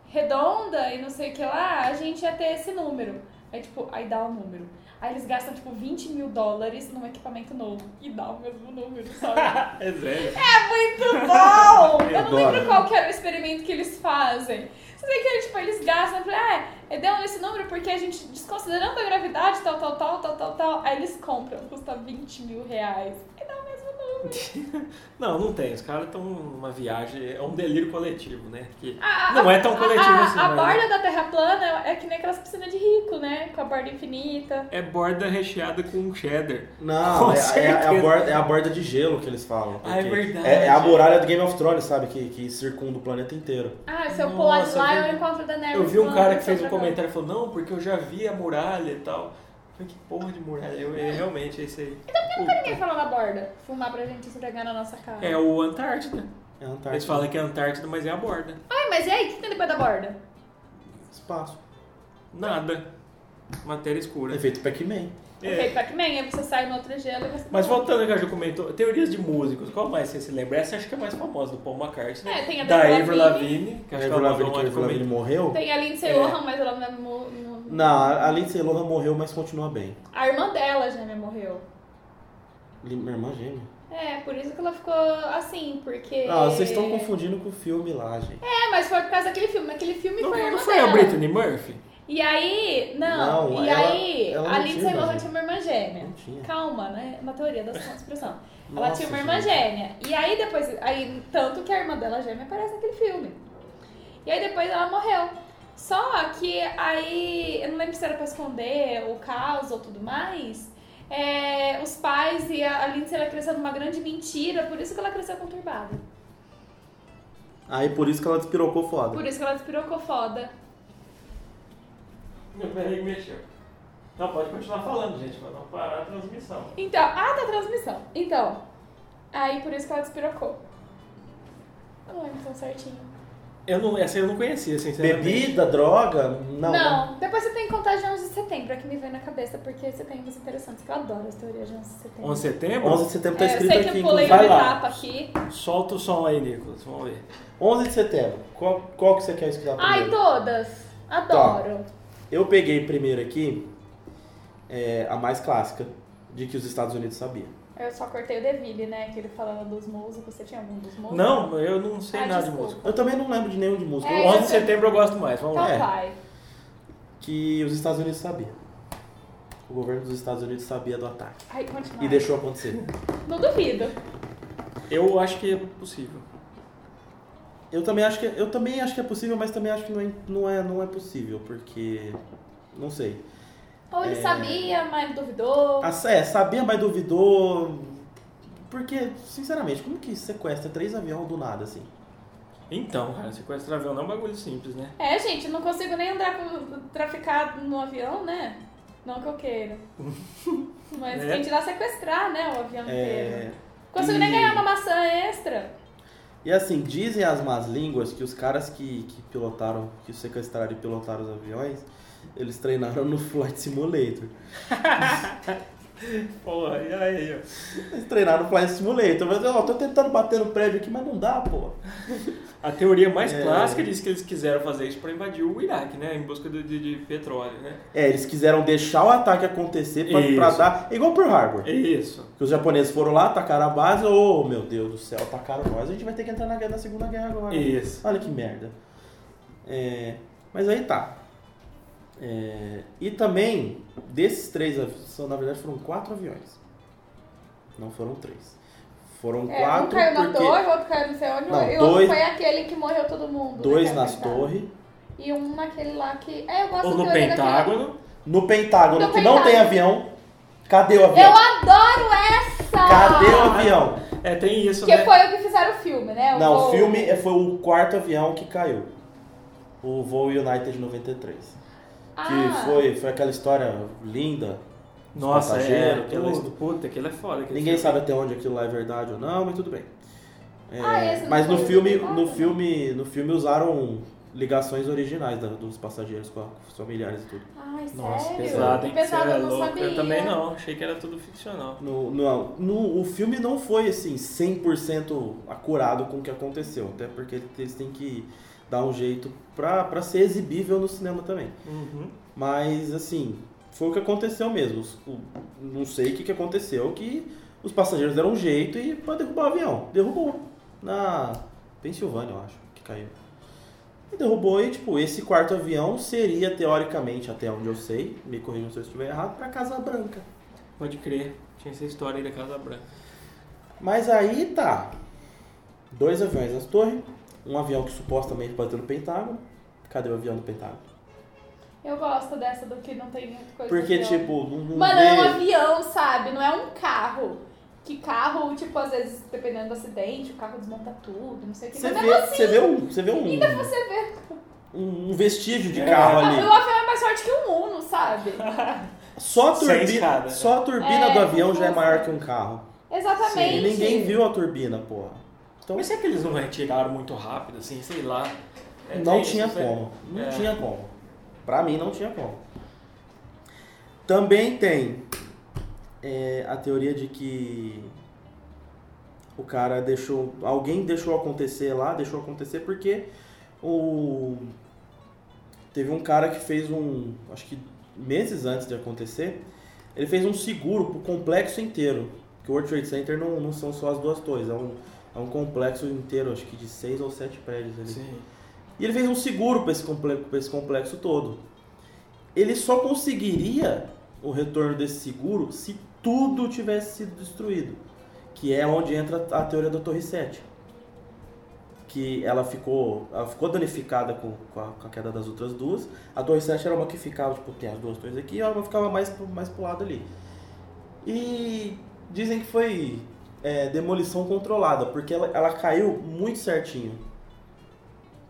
redonda e não sei o que lá, a gente ia ter esse número. Aí tipo, aí dá o número. Aí eles gastam tipo 20 mil dólares num equipamento novo e dá o mesmo número, sabe? É sério. Muito bom! Eu não Adoro. lembro qual que era o experimento que eles fazem. Só sei que tipo, eles gastam, falam, ah, é, deu esse número porque a gente, desconsiderando a gravidade, tal, tal, tal, tal, tal, tal, aí eles compram, custa 20 mil reais. E dá o mesmo número. Não, não tem. Os caras estão numa viagem. É um delírio coletivo, né? Que A- a- não é tão a- coletivo a, assim. ah, A mas- borda da Terra plana é que nem aquelas piscinas de rico, né? Com a borda infinita. É borda recheada com um cheddar. Não, Com é, é- é a certeza. borda, é a borda de gelo que eles falam. Ah, é porque verdade. É, é a muralha do Game of Thrones, sabe? Que, que circunda o planeta inteiro. Ah, se eu Nossa, pular de lá, eu vi- eu encontro da neve. Eu vi um plana, cara que não fez um encontro comentário e falou, não, porque eu já vi a muralha e tal. Eu Falei, que porra de muralha? Eu, é, realmente, é isso aí. agora. Ninguém fala da borda. Fumar pra gente esfregar na nossa cara. É o Antártida. É a Antártida. Eles falam que é a Antártida, mas é a borda. Ai, mas e aí? O que tem depois da borda? Espaço. Nada. Matéria escura. É feito Pac-Man. É. É. Efeito Pac-Man, aí você sai no outro gelo e você. tá Mas voltando ao que a Ju comentou, teorias de músicos, qual mais você se lembra? Essa acho que é a mais famosa, do Paul McCartney. É, tem a da Avril Avril Lavigne, que A acho que Avril ela mandou Lavigne, que uma de a Avril Lavigne comentário. morreu? Tem a Lindsay É. Lohan, mas ela não é. mo- mo- Não, a Lindsay Lohan morreu, mas continua bem. A irmã dela já me morreu. Li- Minha irmã gêmea? É, por isso que ela ficou assim, porque. Ah, vocês estão confundindo com o filme lá, gente. É, mas foi por causa daquele filme. Aquele filme Não, foi a irmã não foi dela. a Britney Murphy? E aí. Não, Não, e ela- aí. ela a não Lindsay tinha irmã Lohan gêmea. tinha uma irmã gêmea. Não tinha. Calma, né? Na teoria da conspiração. Ela Nossa, É, tinha uma irmã gente. gêmea. E aí depois. Aí, tanto que a irmã dela gêmea aparece naquele filme. E aí depois ela morreu. Só que aí. Eu não lembro se era pra esconder o caos ou tudo mais. é, os pais e a a Lindsay ela cresceu numa grande mentira, por isso que ela cresceu conturbada. Aí por isso que ela despirocou foda. Por isso que ela despirocou foda. Meu perrengue mexeu. Não, pode continuar falando, gente, pra não parar a transmissão. Então, ah, tá a transmissão. Então, aí por isso que ela despirocou. Eu não lembro tão certinho. Eu não, essa eu não conhecia, sinceramente. Bebida, droga? Não. né? Não, depois você tem contagem 11 de setembro, é que me vem na cabeça, porque você tem umas interessantes, que eu adoro as teorias de 11 de setembro. 11 de setembro? 11 de setembro tá é, eu escrito sei que aqui. eu pulei inclusive. uma Vai lá. etapa aqui. Solta o som aí, Nicolas, vamos ver. 11 de setembro. Qual, qual que você quer escutar primeiro? Ai, todas! Adoro! Eu peguei primeiro aqui é, a mais clássica de que os Estados Unidos sabia. Eu só cortei o Deville, né? Que ele falando dos músicos. Você tinha algum dos músicos? Não, eu não sei Ah, nada desculpa. de música. Eu também não lembro de nenhum de música. É, Eu- 11 de setembro eu gosto mais, vamos Então lá. É. vai. Que os Estados Unidos sabia. O governo dos Estados Unidos sabia do ataque. Ai, continua. E deixou acontecer. Não duvido. Eu acho que é possível. Eu também acho que eu também acho que é possível, mas também acho que não é não é, não é possível porque não sei. Ou ele sabia, mas duvidou. É. Ah, É, sabia, mas duvidou. Porque, sinceramente, como que sequestra três aviões do nada assim? Então, cara, sequestrar avião não é um bagulho simples, né? É, gente, eu não consigo nem andar com traficar no avião, né? Não que eu queira. Mas Né? quem dirá sequestrar, né? O avião É, inteiro. Consigo nem e- ganhar uma maçã extra. E assim, dizem as más línguas que os caras que, que pilotaram, que sequestraram e pilotaram os aviões, Eles treinaram no Flight Simulator. Porra, e aí? ó? Eles treinaram no Flight Simulator. Mas, ó, tô tentando bater no prédio aqui, mas não dá, pô. A teoria mais É. clássica diz que eles quiseram fazer isso pra invadir o Iraque, né? Em busca do- de, de petróleo, né? É, eles quiseram deixar o ataque acontecer pra, Isso. pra dar. Igual Pearl Harbor. É isso. Que os japoneses foram lá, atacaram a base, ô meu Deus do céu, atacaram nós, a gente vai ter que entrar na, guerra- na Segunda Guerra agora. Isso. Olha que merda. É, mas aí tá. É, e também, desses três, avi- são, na verdade foram quatro aviões. Não foram três. Foram É, um quatro, caiu na porque torre, outro caiu não sei onde, Não, e o dois- outro foi aquele que morreu todo mundo. né, dois que nas atentaram. torres. E um naquele lá que. É, eu gosto Ou da no teoria daquele- Pentágono. No Pentágono, No que não Pentágono. tem avião. Cadê o Eu avião? adoro essa! Cadê o avião? É, tem isso, Que né? foi o que fizeram o filme, né? Não, o voo. filme é- foi o quarto avião que caiu. O voo United 93. Ah, Que foi, foi aquela história linda. dos Nossa, é. passageiros, aquela tudo. Puta, aquilo é foda. aquele Ninguém filme. sabe até onde aquilo lá é verdade ou não, mas tudo bem. É, Ah, esse não mas no foi filme, verdade, no né? filme, no filme usaram ligações originais da- dos passageiros com, a- com os familiares e tudo. Ai, Nossa, sério? pesado, hein? Que pesado, Você é eu não louco. sabia. Eu também não. Achei que era tudo ficcional. No, no, no- o filme não foi assim 100% acurado com o que aconteceu, até porque eles têm que dar um jeito pra, pra ser exibível no cinema também. Uhum. Mas assim, foi o que aconteceu mesmo. Os- o- não sei o que, que aconteceu, que os passageiros deram um jeito e pra derrubar o avião. Derrubou. Na Pensilvânia, eu acho, que caiu. E derrubou e, tipo, esse quarto avião seria, teoricamente, até onde eu sei, me corrijam se eu estiver errado, pra Casa Branca. Pode crer. Tinha essa história aí da Casa Branca. Mas aí tá. Dois aviões nas torres, um avião que supostamente bateu no Pentágono. Cadê o avião do Pentágono? Eu gosto dessa do que não tem muita coisa. Porque, de avião. tipo, não, não Mano, é um vê- avião, sabe? Não é um carro. Que carro, tipo, às vezes, dependendo do acidente, o carro desmonta tudo, não sei o que. Você Mas assim, vê, você vê um, você vê um, você vê. um, um vestígio de É. carro Ah, O ali. avião é mais forte que um Uno, sabe? Só a Sem turbina, escada. né? só a turbina É, do avião já é nossa. maior que um carro. Exatamente. E ninguém viu a turbina, porra. Então Mas será que eles não retiraram muito rápido, assim? Sei lá. É, não tem tinha isso, né? como. Não É. tinha como. Pra mim não tinha como. Também tem é, a teoria de que o cara deixou. Alguém deixou acontecer lá, deixou acontecer porque o. Teve um cara que fez um. Acho que meses antes de acontecer, ele fez um seguro pro complexo inteiro. Porque o World Trade Center não, não são só as duas torres, é um, é um complexo inteiro, acho que de seis ou sete prédios ali. Sim. E ele fez um seguro para esse, comple- pra esse complexo todo. Ele só conseguiria o retorno desse seguro se tudo tivesse sido destruído. Que é onde entra a teoria da Torre 7. Que ela ficou, ela ficou danificada com, com a, com a queda das outras duas. A Torre 7 era uma que ficava, tipo, tem as duas torres aqui, e a uma ficava mais, pro- mais pro lado ali. E dizem que foi é, demolição controlada, porque ela- ela caiu muito certinho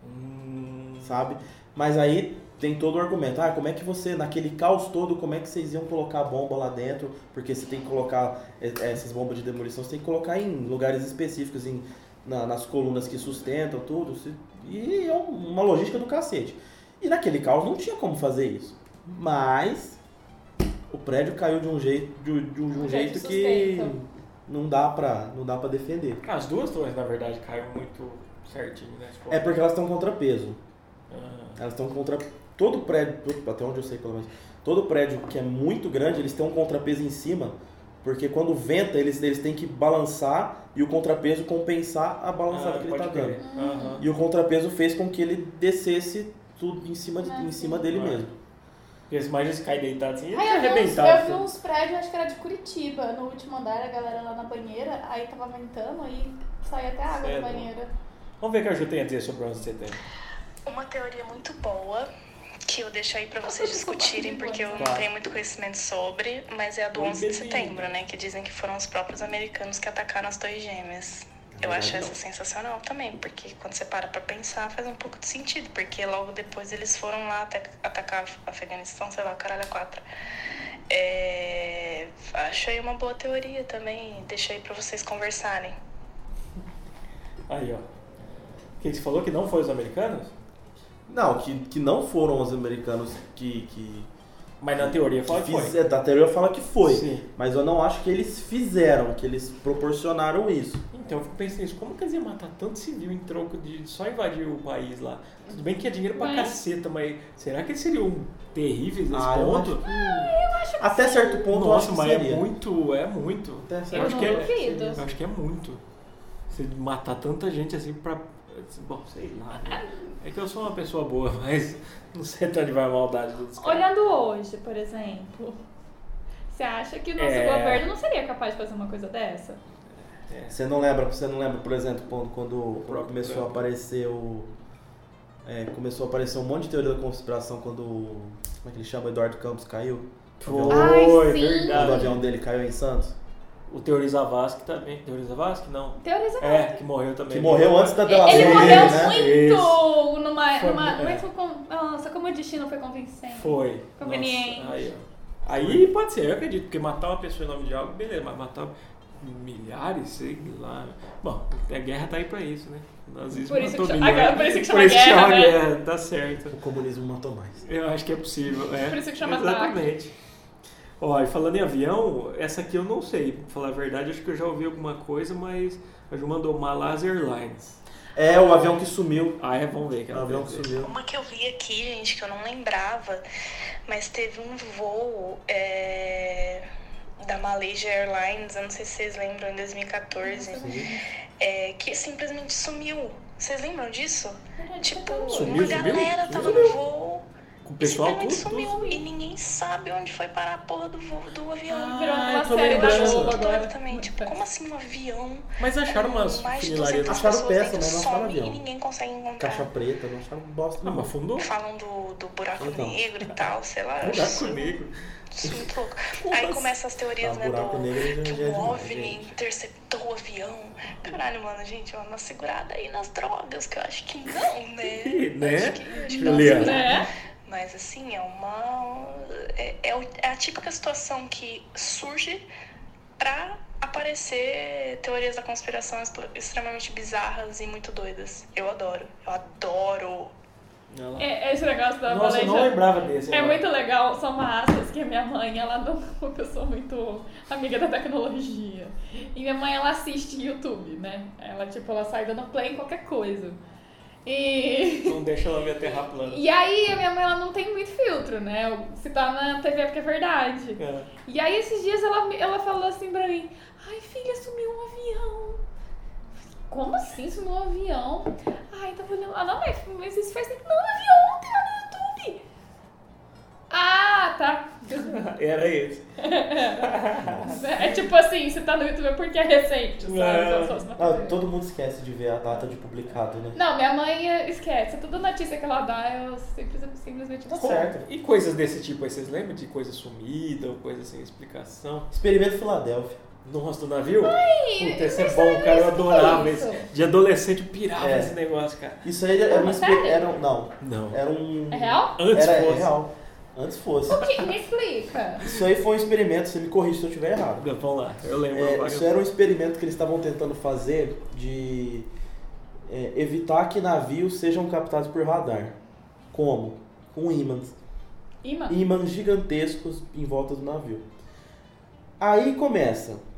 Hum, sabe? Mas aí tem todo o argumento. Ah, como é que você, naquele caos todo, como é que vocês iam colocar a bomba lá dentro? Porque você tem que colocar eh, essas bombas de demolição, você tem que colocar em lugares específicos, em, na- nas colunas que sustentam tudo. se- E é um- uma logística do cacete. E naquele caos não tinha como fazer isso. Mas o prédio caiu de um jeito, de, um- de um, de um Um jeito jeito que sustenta. não dá pra, não dá pra defender. As duas torres, na verdade, caíram muito certinho, né? Tipo, É porque elas estão contrapeso. ah, Elas estão contra. Todo prédio, todo- até onde eu sei pelo menos, todo prédio que é muito grande, eles têm um contrapeso em cima, porque quando venta, eles, eles têm que balançar e o contrapeso compensar a balançada ah, que ele tá pode crer. dando. Aham. E o contrapeso fez com que ele descesse tudo em cima, de- Ah, em sim. cima dele Ah. mesmo. Porque as imagens caem deitadas Aí assim, eu vi, uns, arrebentado. eu vi um- uns prédios, acho que era de Curitiba, no último andar, a galera lá na banheira, aí tava ventando e saía até água Cê é da banheira. Vamos ver o que a Ju tem a dizer sobre o 11 de setembro. Uma teoria muito boa que eu deixo aí pra vocês discutirem, porque eu não Claro. tenho muito conhecimento sobre, mas é a do Oi, 11 de bebê. setembro, né? Que dizem que foram os próprios americanos que atacaram as torres gêmeas. Eu Verdade, acho não. essa sensacional também, porque quando você para pra pensar, faz um pouco de sentido, porque logo depois eles foram lá ata- atacar o Afeganistão, sei lá, caralho, a quatro. É, acho aí uma boa teoria também, deixo aí pra vocês conversarem. Aí, ó. O que que você falou que não foi os americanos? Não, que, que não foram os americanos que. que Mas na teoria fala que que fiz- foi. é, Da teoria fala que foi. Sim. Mas eu não acho que eles fizeram, que eles proporcionaram isso. Então eu fico pensando isso, como que eles iam matar tanto civil em troco de só invadir o país lá? Tudo bem que é dinheiro pra Mas- caceta, mas será que eles seriam terríveis nesse Ah, eu ponto? Até certo ponto eu Nossa, acho que mas seria. é muito, é muito. Até certo Eu Eu acho não que é- duvido. Eu acho que é muito. Você matar tanta gente assim pra. Bom, sei lá. né? É que eu sou uma pessoa boa, mas não sei até onde vai a maldade dos caras. Olhando hoje, por exemplo, você acha que o nosso É. governo não seria capaz de fazer uma coisa dessa? Você não lembra, você não lembra, por exemplo, quando, quando próprio começou Trump. a aparecer o. é, começou a aparecer um monte de teoria da conspiração quando. o- Como é que ele chama? Eduardo Campos caiu? Ai, Foi, sim. Quando o avião verdade. dele caiu em Santos? O Teoriza Vasque também. Teoriza Vasque? Não. Teoriza É, que morreu também. Que morreu antes da delação Ele Sim, morreu dele, né? muito numa. Foi, numa é. mas foi com- nossa, como o destino foi convincente. Foi. Conveniente. Nossa, aí, ó. aí pode ser, eu acredito, porque matar uma pessoa em nome de algo, beleza, mas matar milhares, sei lá. Bom, a guerra tá aí pra isso, né? Nazismo Por isso matou que chama- milhares. a guerra- por isso que chama guerra, né? guerra, tá certo. O comunismo matou mais. Eu acho que é possível, é. Por isso que chama Exatamente. Ó, e falando em avião, essa aqui eu não sei. Pra falar a verdade, acho que eu já ouvi alguma coisa, mas a Ju mandou Malas Airlines. É, o avião que sumiu. Ah, é, vamos ver. o que O ela avião quer que dizer. sumiu. Uma que eu vi aqui, gente, que eu não lembrava, mas teve um voo é, da Malaysia Airlines, eu não sei se vocês lembram, em 2014, é, que simplesmente sumiu. Vocês lembram disso? tá Tipo, Sumiu, uma sumiu? galera tava no Sumiu. voo Com o e pessoal tudo. é simplesmente sumiu. E ninguém sabe onde foi parar a porra do voo do avião. Virou Ah, uma eu tô série da lembrando. Globo Doido agora. também, tipo, como assim um avião? Mas acharam É, umas Mais de funilaria 200 do Acharam pessoas peça, dentro, mas não acharam some avião. e ninguém consegue encontrar. Caixa preta, não acharam Ah, bosta mas nenhuma. afundou? Falam do, do buraco Então. negro e tal, sei lá. eu acho Buraco isso- negro. isso é muito louco. Aí começa as teorias, Ah, né, buraco do, negro já- já que é o demais, OVNI gente. interceptou o avião. Caralho, mano, gente, é uma segurada aí nas drogas, que eu acho que não, né? Ih, né, Acho que, acho que dá uma Juliana? segurada. Né? Mas assim, é uma. É, é o- é a típica situação que surge pra aparecer teorias da conspiração expl- extremamente bizarras e muito doidas. Eu adoro. Eu adoro. Olha lá. É, esse negócio da Nossa, eu não Malaysia- lembrava desse. É agora. muito legal, são massas, que a minha mãe, ela não é uma pessoa muito amiga da tecnologia. E minha mãe, ela assiste YouTube, né? Ela, tipo, ela sai dando play em qualquer coisa. E... Não deixa ela ver a terra plana. E aí, a minha mãe, ela não tem muito filtro, né? Se tá na TV é porque é verdade. É. E aí, esses dias, ela, me- ela falou assim pra mim: Ai, filha, sumiu um avião. Como assim sumiu um avião? Ai, tava olhando. Ah, não, mas, mas isso faz tempo. Não, um avião ontem lá no YouTube. Ah, tá. Era esse. É tipo assim: você tá no YouTube é porque é recente, sabe? É. Só- só- Ah, todo mundo esquece de ver a data de publicado, né? Não, minha mãe eh, esquece. Toda notícia que ela dá, eu simplesmente, simplesmente Tá vou- certo. E coisas desse tipo aí, vocês lembram de coisa sumida ou coisa sem explicação? Experimento Filadélfia. Nossa, do navio? Puta, esse é mas bom, cara. Eu isso, adorava isso. esse. De adolescente, eu pirava É. esse negócio, cara. Isso aí era um. Mas exper- sério? Era, um- não, Não. era um. É real? Antes era, fosse. É real. Antes fosse. O que? Me explica. Isso aí foi um experimento, você me corrige se eu estiver errado. Vamos lá, eu lembro. É, agora. isso era um experimento que eles estavam tentando fazer de é, evitar que navios sejam captados por radar. Como? Com ímãs. Imã? Ímãs gigantescos em volta do navio. Aí começa.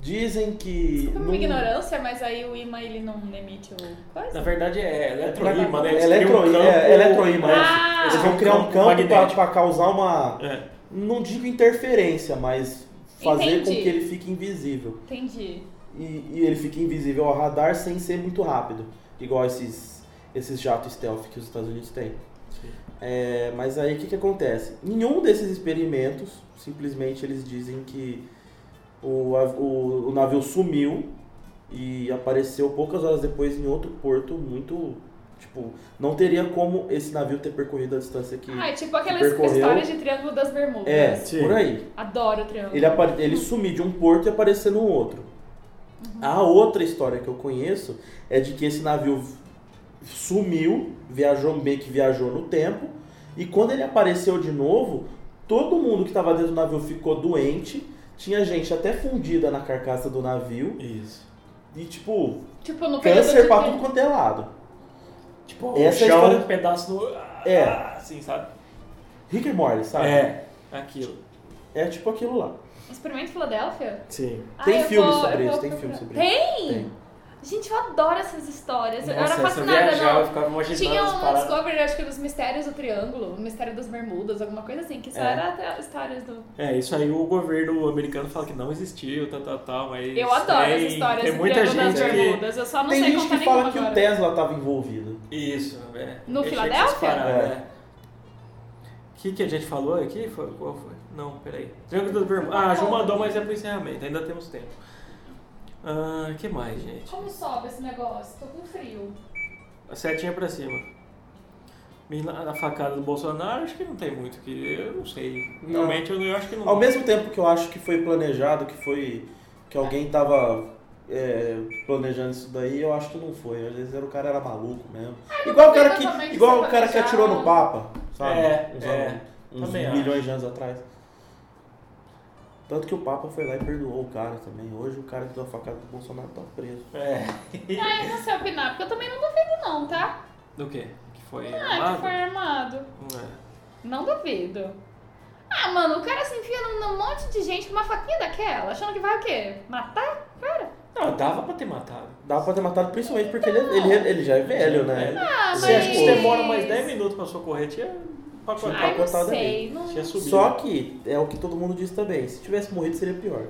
Dizem que. Desculpa a num- minha ignorância, mas aí o imã ele não emite o coisa? Na verdade é eletroíma, né? Eles Eletroíma, criam um é, campo- eletroíma, é. Ah! Eles vão criar um campo pra, magnético. pra causar uma. É. Não digo interferência, mas fazer Entendi. com que ele fique invisível. Entendi. e, e ele fica invisível ao radar sem ser muito rápido, igual esses, esses jatos stealth que os Estados Unidos têm. É, mas aí o que, que acontece? Em um desses experimentos, simplesmente eles dizem que o, av- o, o navio sumiu e apareceu poucas horas depois em outro porto muito. Tipo, não teria como esse navio ter percorrido a distância que. Ah, é tipo aquelas percorreu- histórias de Triângulo das Bermudas. É, Sim. por aí. Adoro o Triângulo. Ele, apare... ele sumir de um porto e aparecer no outro. Uhum. A outra história que eu conheço é de que esse navio sumiu, viajou meio que viajou no tempo, e quando ele apareceu de novo, todo mundo que estava dentro do navio ficou doente, tinha gente até fundida na carcaça do navio, Isso. e tipo, Tipo, no período câncer de... pra tudo quanto é lado. Tipo, Essa é o a chão, história- um pedaço do... ah, É. Tá. Assim, sabe? Rick and Morty, sabe? É, aquilo. É tipo aquilo lá. Experimento Filadélfia? Sim. Tem eu filme vou- sobre eu isso, vou tem procurar. filme sobre tem? isso. Tem. Gente, eu adoro essas histórias. eu era Nossa, essa eu fascinada, viajava, eu não. ficava imaginando Tinha as um paradas. Discovery, acho que dos Mistérios do Triângulo, o Mistério das Bermudas, alguma coisa assim, que só É. era até histórias do. É, isso aí o governo americano fala que não existiu, tal, tal, tal, mas... Eu adoro tem, essas histórias Tem do muita Triângulo gente das que... Bermudas. Eu só não Tem sei gente contar que fala nenhuma que o agora. Tesla tava envolvido. Isso, é. No Mexer com essas Filadélfia? paradas, É. né? O que, que a gente falou aqui? Foi- qual foi? Não, peraí. Triângulo das Bermudas. Ah, a Ju mandou, mas é pro encerramento. Ainda temos tempo. Ah, que mais, gente? Como sobe esse negócio? Tô com frio. A setinha pra cima. Mina- A facada do Bolsonaro, acho que não tem muito que. Eu não sei. Realmente, eu, eu acho que não. Ao mesmo tempo que eu acho que foi planejado, que foi. que alguém tava é, planejando isso daí, eu acho que não foi. Às vezes era, o cara era maluco mesmo. Ah, igual o cara totalmente que. Igual o cara que planejado. atirou no Papa, sabe? É, uns é. anos- uns Também acho. milhões de anos atrás. Tanto que o Papa foi lá e perdoou o cara também. Hoje o cara que deu a facada do Bolsonaro tá preso. É. Ah, eu não sei opinar, porque eu também não duvido, não, tá? Do quê? Que foi Ah, armado? que foi armado. Não é. Não duvido. Ah, mano, o cara se enfia num, num monte de gente com uma faquinha daquela, achando que vai o quê? Matar? Cara? Não, dava pra ter matado. Dá pra ter matado principalmente porque ele, ele, ele já é velho, né? Ah, Você acha que mas- demora mais 10 minutos pra socorrer? Tinha Ai, pacotar. Ai, não coitada sei. Não... Tinha subido. Só que é o que todo mundo diz também. Se tivesse morrido seria pior.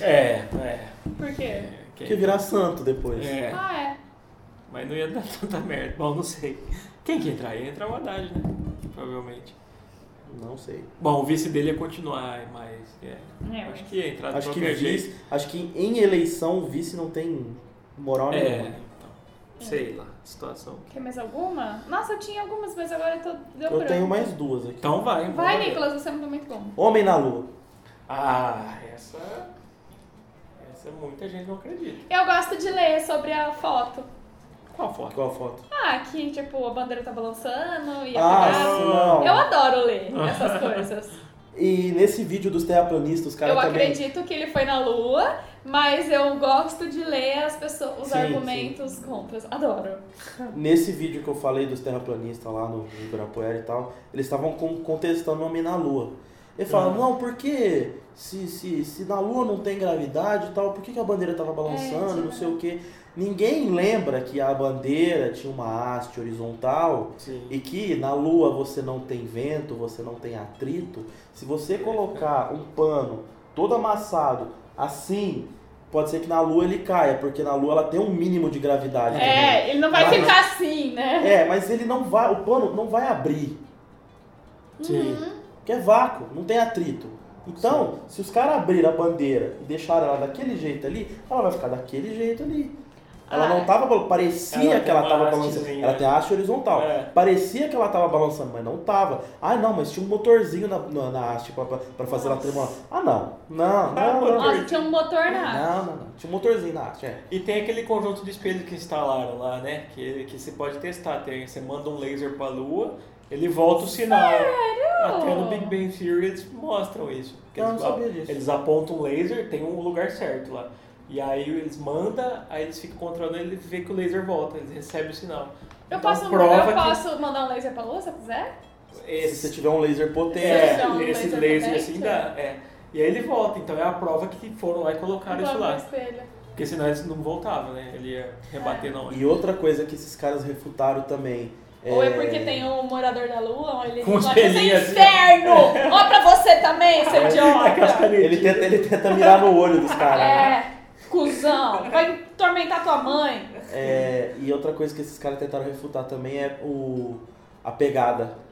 É, é. Por quê? é, Porque virar santo depois. É. Ah, é. Mas não ia dar tanta merda. Bom, não sei. Quem que entrar? Ia entrar o Haddad, né? Provavelmente. Não sei. Bom, o vice dele ia continuar, mas. É. É, Acho que ia entrar Tá de Acho que, qualquer jeito. vice, acho que em eleição o vice não tem moral É, nenhuma. então. Sei lá, situação. Tem mais alguma? Nossa, eu tinha algumas, mas agora eu tô... deu Eu Tá branco. tenho mais duas aqui. Então vai, Vai, bora. Nicolas, você é muito bom. Homem na Lua. Ah, essa. Essa é muita gente não acredita. Eu gosto de ler sobre a foto. Qual foto? Qual a foto? Ah, que tipo, a bandeira tá balançando e a Ah, pegada. sim, não. Eu adoro ler essas coisas. E nesse vídeo dos terraplanistas, eu os caras também. acredito que ele foi na Lua, mas eu gosto de ler as pessoas, os Sim, argumentos contra. Adoro. Nesse vídeo que eu falei dos terraplanistas lá no Ibirapuera e tal, eles estavam con- contestando o homem na Lua. Ele fala, Uhum. não, porque se, se, se na Lua não tem gravidade e tal, por que, que a bandeira É, tava balançando, tinha- não sei o quê? Ninguém lembra que a bandeira tinha uma haste horizontal Sim. e que na Lua você não tem vento, você não tem atrito. Se você colocar um pano todo amassado assim, pode ser que na Lua ele caia, porque na Lua ela tem um mínimo de gravidade. também. É, ele não vai Mas- ficar assim, né? É, mas ele não vai, o pano não vai abrir, Sim. Uhum. porque é vácuo, não tem atrito. Então, se os caras abrirem a bandeira e deixarem ela daquele jeito ali, ela vai ficar daquele jeito ali. Ela Ah. não tava, bal- parecia Ela tem que ela uma tava balançando. hastezinha, Ela né? tem a haste horizontal. É. Parecia que ela tava balançando, mas não tava. Ah, não, mas tinha um motorzinho na, na, na haste pra, pra, pra fazer ela Nossa. tremular. Ah, não. Não, Ah, não, não. motor. Nossa, tinha um motor na. Não, não, não. Tinha um motorzinho na haste, é. E tem aquele conjunto de espelhos que instalaram lá, né? Que, que você pode testar. Tem, você manda um laser pra lua, ele volta o sinal. Até no tá Big Bang Theory eles mostram isso. Porque Eu eles, não sabia disso. eles apontam um laser, tem um lugar certo lá. E aí eles mandam, aí eles ficam controlando, ele vê que o laser volta, eles recebem o sinal. Eu Então, posso, prova eu posso mandar um laser pra lua se eu quiser? que Se você esse, tiver um laser potente. é, Não, esse laser laser também, assim sim. dá. É. E aí ele volta, então é a prova que foram lá e colocaram Então, no isso lá. espelho. Porque senão eles não voltavam, né? Ele ia É. rebater na onde. E outra coisa que esses caras refutaram também. Ou é porque tem um morador da lua, ou ele Com diz, os "Olha, isso é pelinhos assim, Ah, ó." inferno! Ó pra você também, É seu tá idiota! Ele tenta, ele tenta mirar no olho dos caras. É, cuzão, vai tormentar tua mãe. É, e outra coisa que esses caras tentaram refutar também é o a pegada.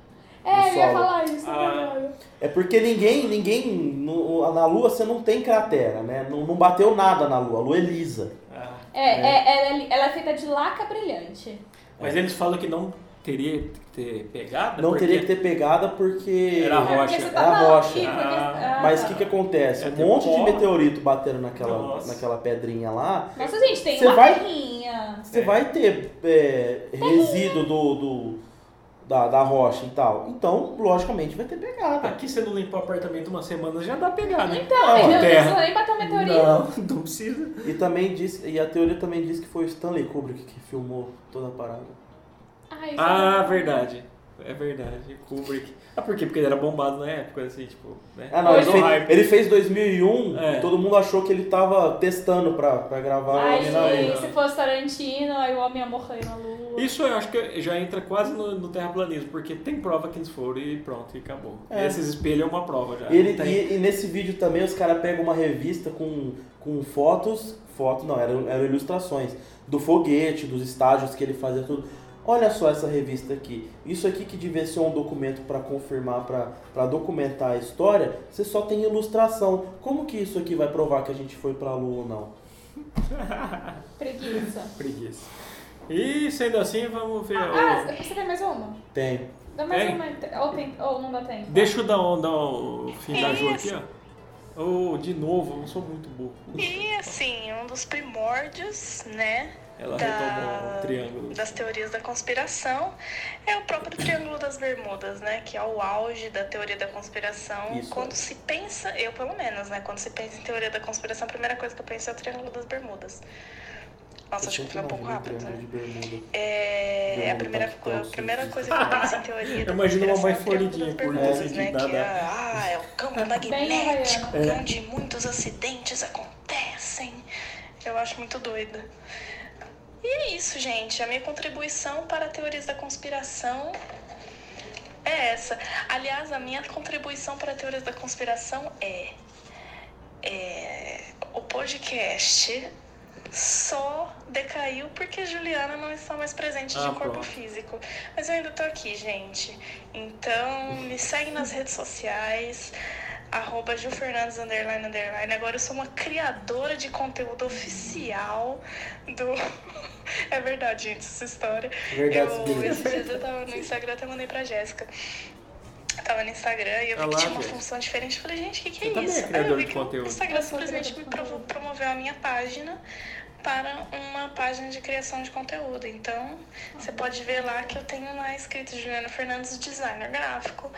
É, No eu ia solo. falar isso, Ah. né? É porque ninguém, ninguém no- na Lua você não tem cratera, né? Não, não bateu nada na Lua, a Lua é lisa. Ah. É, é, ela, é- ela é feita de laca brilhante. Mas eles falam que não teria que ter pegada? Não É porque teria que ter pegada porque Era É porque rocha. você tá Era não, rocha. e porque- tá. Ah, mas o que, que acontece? É, Um tem monte de pó. meteorito batendo naquela, Nossa. naquela pedrinha lá. Nossa, gente, tem Você uma vai- terrinha. Você É. vai ter é, resíduo do, do- da, da rocha e tal. Então, logicamente, vai ter pegada. Aqui você não limpar o apartamento uma semana já dá né? pegada. hein? Então, Não, meu Deus, terra. não nem bateu um meteorito. Não, não precisa. E também diz, e a teoria também diz que foi o Stanley Kubrick que filmou toda a parada. Ai, Ah, sabe? verdade. É verdade. Kubrick. Ah, por quê? Porque ele era bombado na época, assim, tipo. Né? Ah, não, ele Causou Hoje- fez, hype. ele fez 2001 É. e um, todo mundo achou que ele tava testando pra, pra gravar Ai, ali na gente, não. se fosse Tarantino, aí o homem ia morrer na lua. Isso eu acho que já entra quase no, no terraplanismo, porque tem prova que eles foram e pronto, e acabou. É. Esses espelhos é uma prova já. Ele, Tem. e, e nesse vídeo também os caras pegam uma revista com, com fotos, foto não, eram, eram ilustrações, do foguete, dos estágios que ele fazia, tudo. Olha só essa revista aqui. Isso aqui que devia ser um documento para confirmar, para documentar a história, você só tem ilustração. Como que isso aqui vai provar que a gente foi pra lua ou não? Preguiça. Preguiça. E sendo assim, vamos ver. Ah, o- você tem mais uma? Tem. Dá mais Tem? uma. Ou, tem, ou não dá tempo. Deixa eu dar, um, dar um- o fim da Ju aqui, Isso. ó. Oh, de novo, eu não sou muito burro. E assim, um dos primórdios, né? Ela retomou da- o triângulo. das teorias da conspiração é o próprio Triângulo das Bermudas, né? Que é o auge da teoria da conspiração. Isso. Quando se pensa, eu pelo menos, né? Quando se pensa em teoria da conspiração, a primeira coisa que eu penso é o Triângulo das Bermudas. Nossa, Eu acho que foi sempre um pouco imagino rápido, triângulo né? de Bermuda. É, é a Bermuda um primeira, Paquistão, co- a sim, primeira sim. coisa que eu penso em teoria da Eu imagino uma conspiração mãe é o Triângulo floridinha das por Bermudas, dentro, né? assim, Que é, nada. ah, é o campo havaiana. magnético É. onde muitos acidentes acontecem. Eu acho muito doida. E é isso, gente. A minha contribuição para teorias da conspiração é essa. Aliás, a minha contribuição para teorias da conspiração é, é o podcast só decaiu porque a Juliana não está mais presente de Ah, corpo pronto. físico. Mas eu ainda tô aqui, gente. Então, me segue nas redes sociais. Arroba Ju Fernandes underline, underline. Agora eu sou uma criadora de conteúdo oficial do. É verdade, gente, essa história. Verdade, eu, Guilherme. esses dias eu tava no Instagram, até mandei pra Jéssica. Eu Tava no Instagram e eu vi Ah que lá, tinha uma Jéssica. função diferente. Eu falei, gente, o que, Você que é também é isso? Aí criadora eu vi de que o conteúdo. Instagram Eu sou simplesmente me criadora de provo- promoveu a minha página para uma página de criação de conteúdo. Então, você pode ver lá que eu tenho lá escrito Juliana Fernandes, designer gráfico.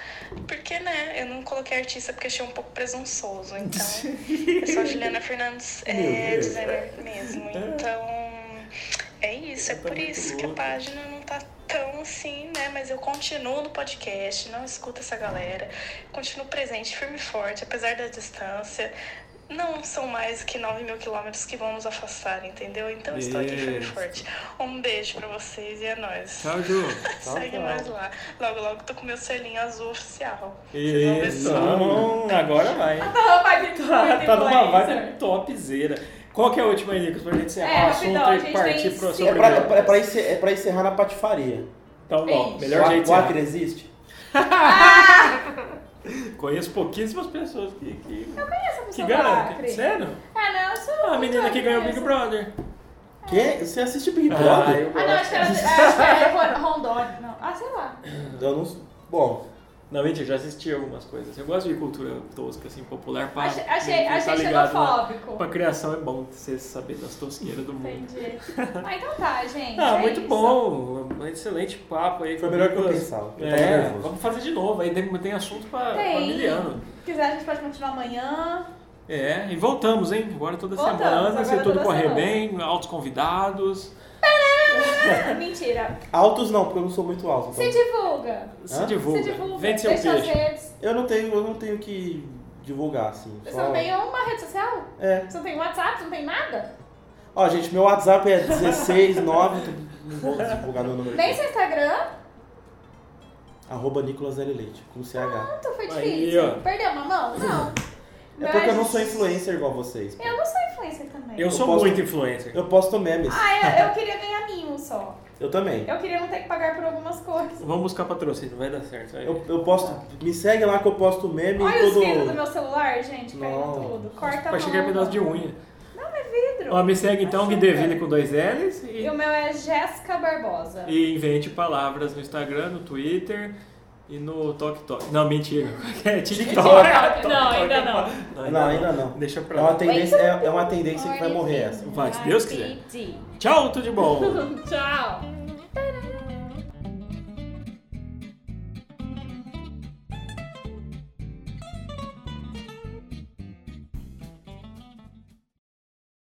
Porque, né, eu não coloquei artista porque achei um pouco presunçoso. Então, eu sou a Juliana Fernandes, Meu é, Deus. designer mesmo. Então, é isso. É Tá por muito isso que a louco. página não tá tão assim, né? Mas eu continuo no podcast, não escuto essa galera. Continuo presente, firme e forte, apesar da distância. Não são mais que 9 mil quilômetros que vão nos afastar, entendeu? Então eu estou aqui firme e Isso. Tá, forte. Um beijo pra vocês e é nóis. Tchau, Ju. Tchau, Segue tchau. nós lá. Logo, logo tô com meu selinho azul oficial. Isso. Hum, Agora vai. Tá numa vibe Tá, muito tá numa influencer. vibe topzera. Qual que é a última aí, Nicolas, pra gente encerrar né? É, o assunto rapidão, a e gente partir tem pro cinco seu É pra, primeiro? é, pra, é pra encer- é pra encerrar na patifaria. Então, bom, Ei, melhor o jeito de Acre encerrar. existe? Conheço pouquíssimas pessoas que, que, Essa que pessoa do garantem. Acre. Sério? Ah, não, eu sou Ah, a menina muito que ganhou o Big conhece. Brother. Quem? Você assiste Big Ah, Brother? eu Ah, não, acho que era, acho que era Ron- Rondônia. Não. Ah, sei lá. eu... não não. Bom, Não, mentira, eu já assisti algumas coisas. Eu gosto de cultura tosca, assim, popular. Pra, Achei, achei, pra tá achei ligado na- xenofóbico. Pra criação é bom você saber das tosqueiras do mundo. Entendi. Ah, então tá, gente. Ah, é muito isso. bom. Um excelente papo aí. Foi com o melhor que eu Nicolas. pensava. Eu tava É, nervoso. vamos fazer de novo. Aí tem, tem assunto pra, pra Tem. miliano. Se quiser, a gente pode continuar amanhã. É, e voltamos, hein? Agora toda Voltamos, semana, agora se tudo toda correr semana. bem, altos convidados. É. Ah, mentira. altos não, porque eu não sou muito alto. então. Se divulga. Se Hã? divulga. Se divulga. Vende seu Deixa as peixe. redes. Eu não tenho, eu não tenho que divulgar, assim. Você só- não tem uma rede social? É. Você não tem WhatsApp? Você não tem nada? Ó, gente, meu WhatsApp é 169. não vou divulgar meu número. Nem seu Instagram? Arroba Nicolas L. Leite, com CH. Então foi Aí, difícil. ó. Perdeu uma mão? Não. É porque eu não Mas- sou influencer igual vocês. pô. Eu não sou influencer também. Eu sou posso- muito influencer. Eu posto memes. Ah, eu, eu queria ganhar mimo só. Eu também. Eu queria não ter que pagar por algumas coisas. Vamos buscar patrocínio, vai dar certo. vai. Eu, eu posto. Me segue lá que eu posto meme e Olha os todo. vidros do meu celular, gente, caindo Nossa. tudo. Corta a mão. Vai chegar pedaço de unha. Vidro. Ó, me segue então, Vai Guideville com dois L's E e, o meu é Jéssica Barbosa. e invente palavras no Instagram, no Twitter e no TokTok. Não, mentira. É TikTok. TikTok. Não, ainda não. Não, ainda não. Deixa pra É uma lá. tendência, Então, é, é uma tendência que vai morrer essa. Vai, se Deus quiser. Tchau, tudo de bom. Tchau.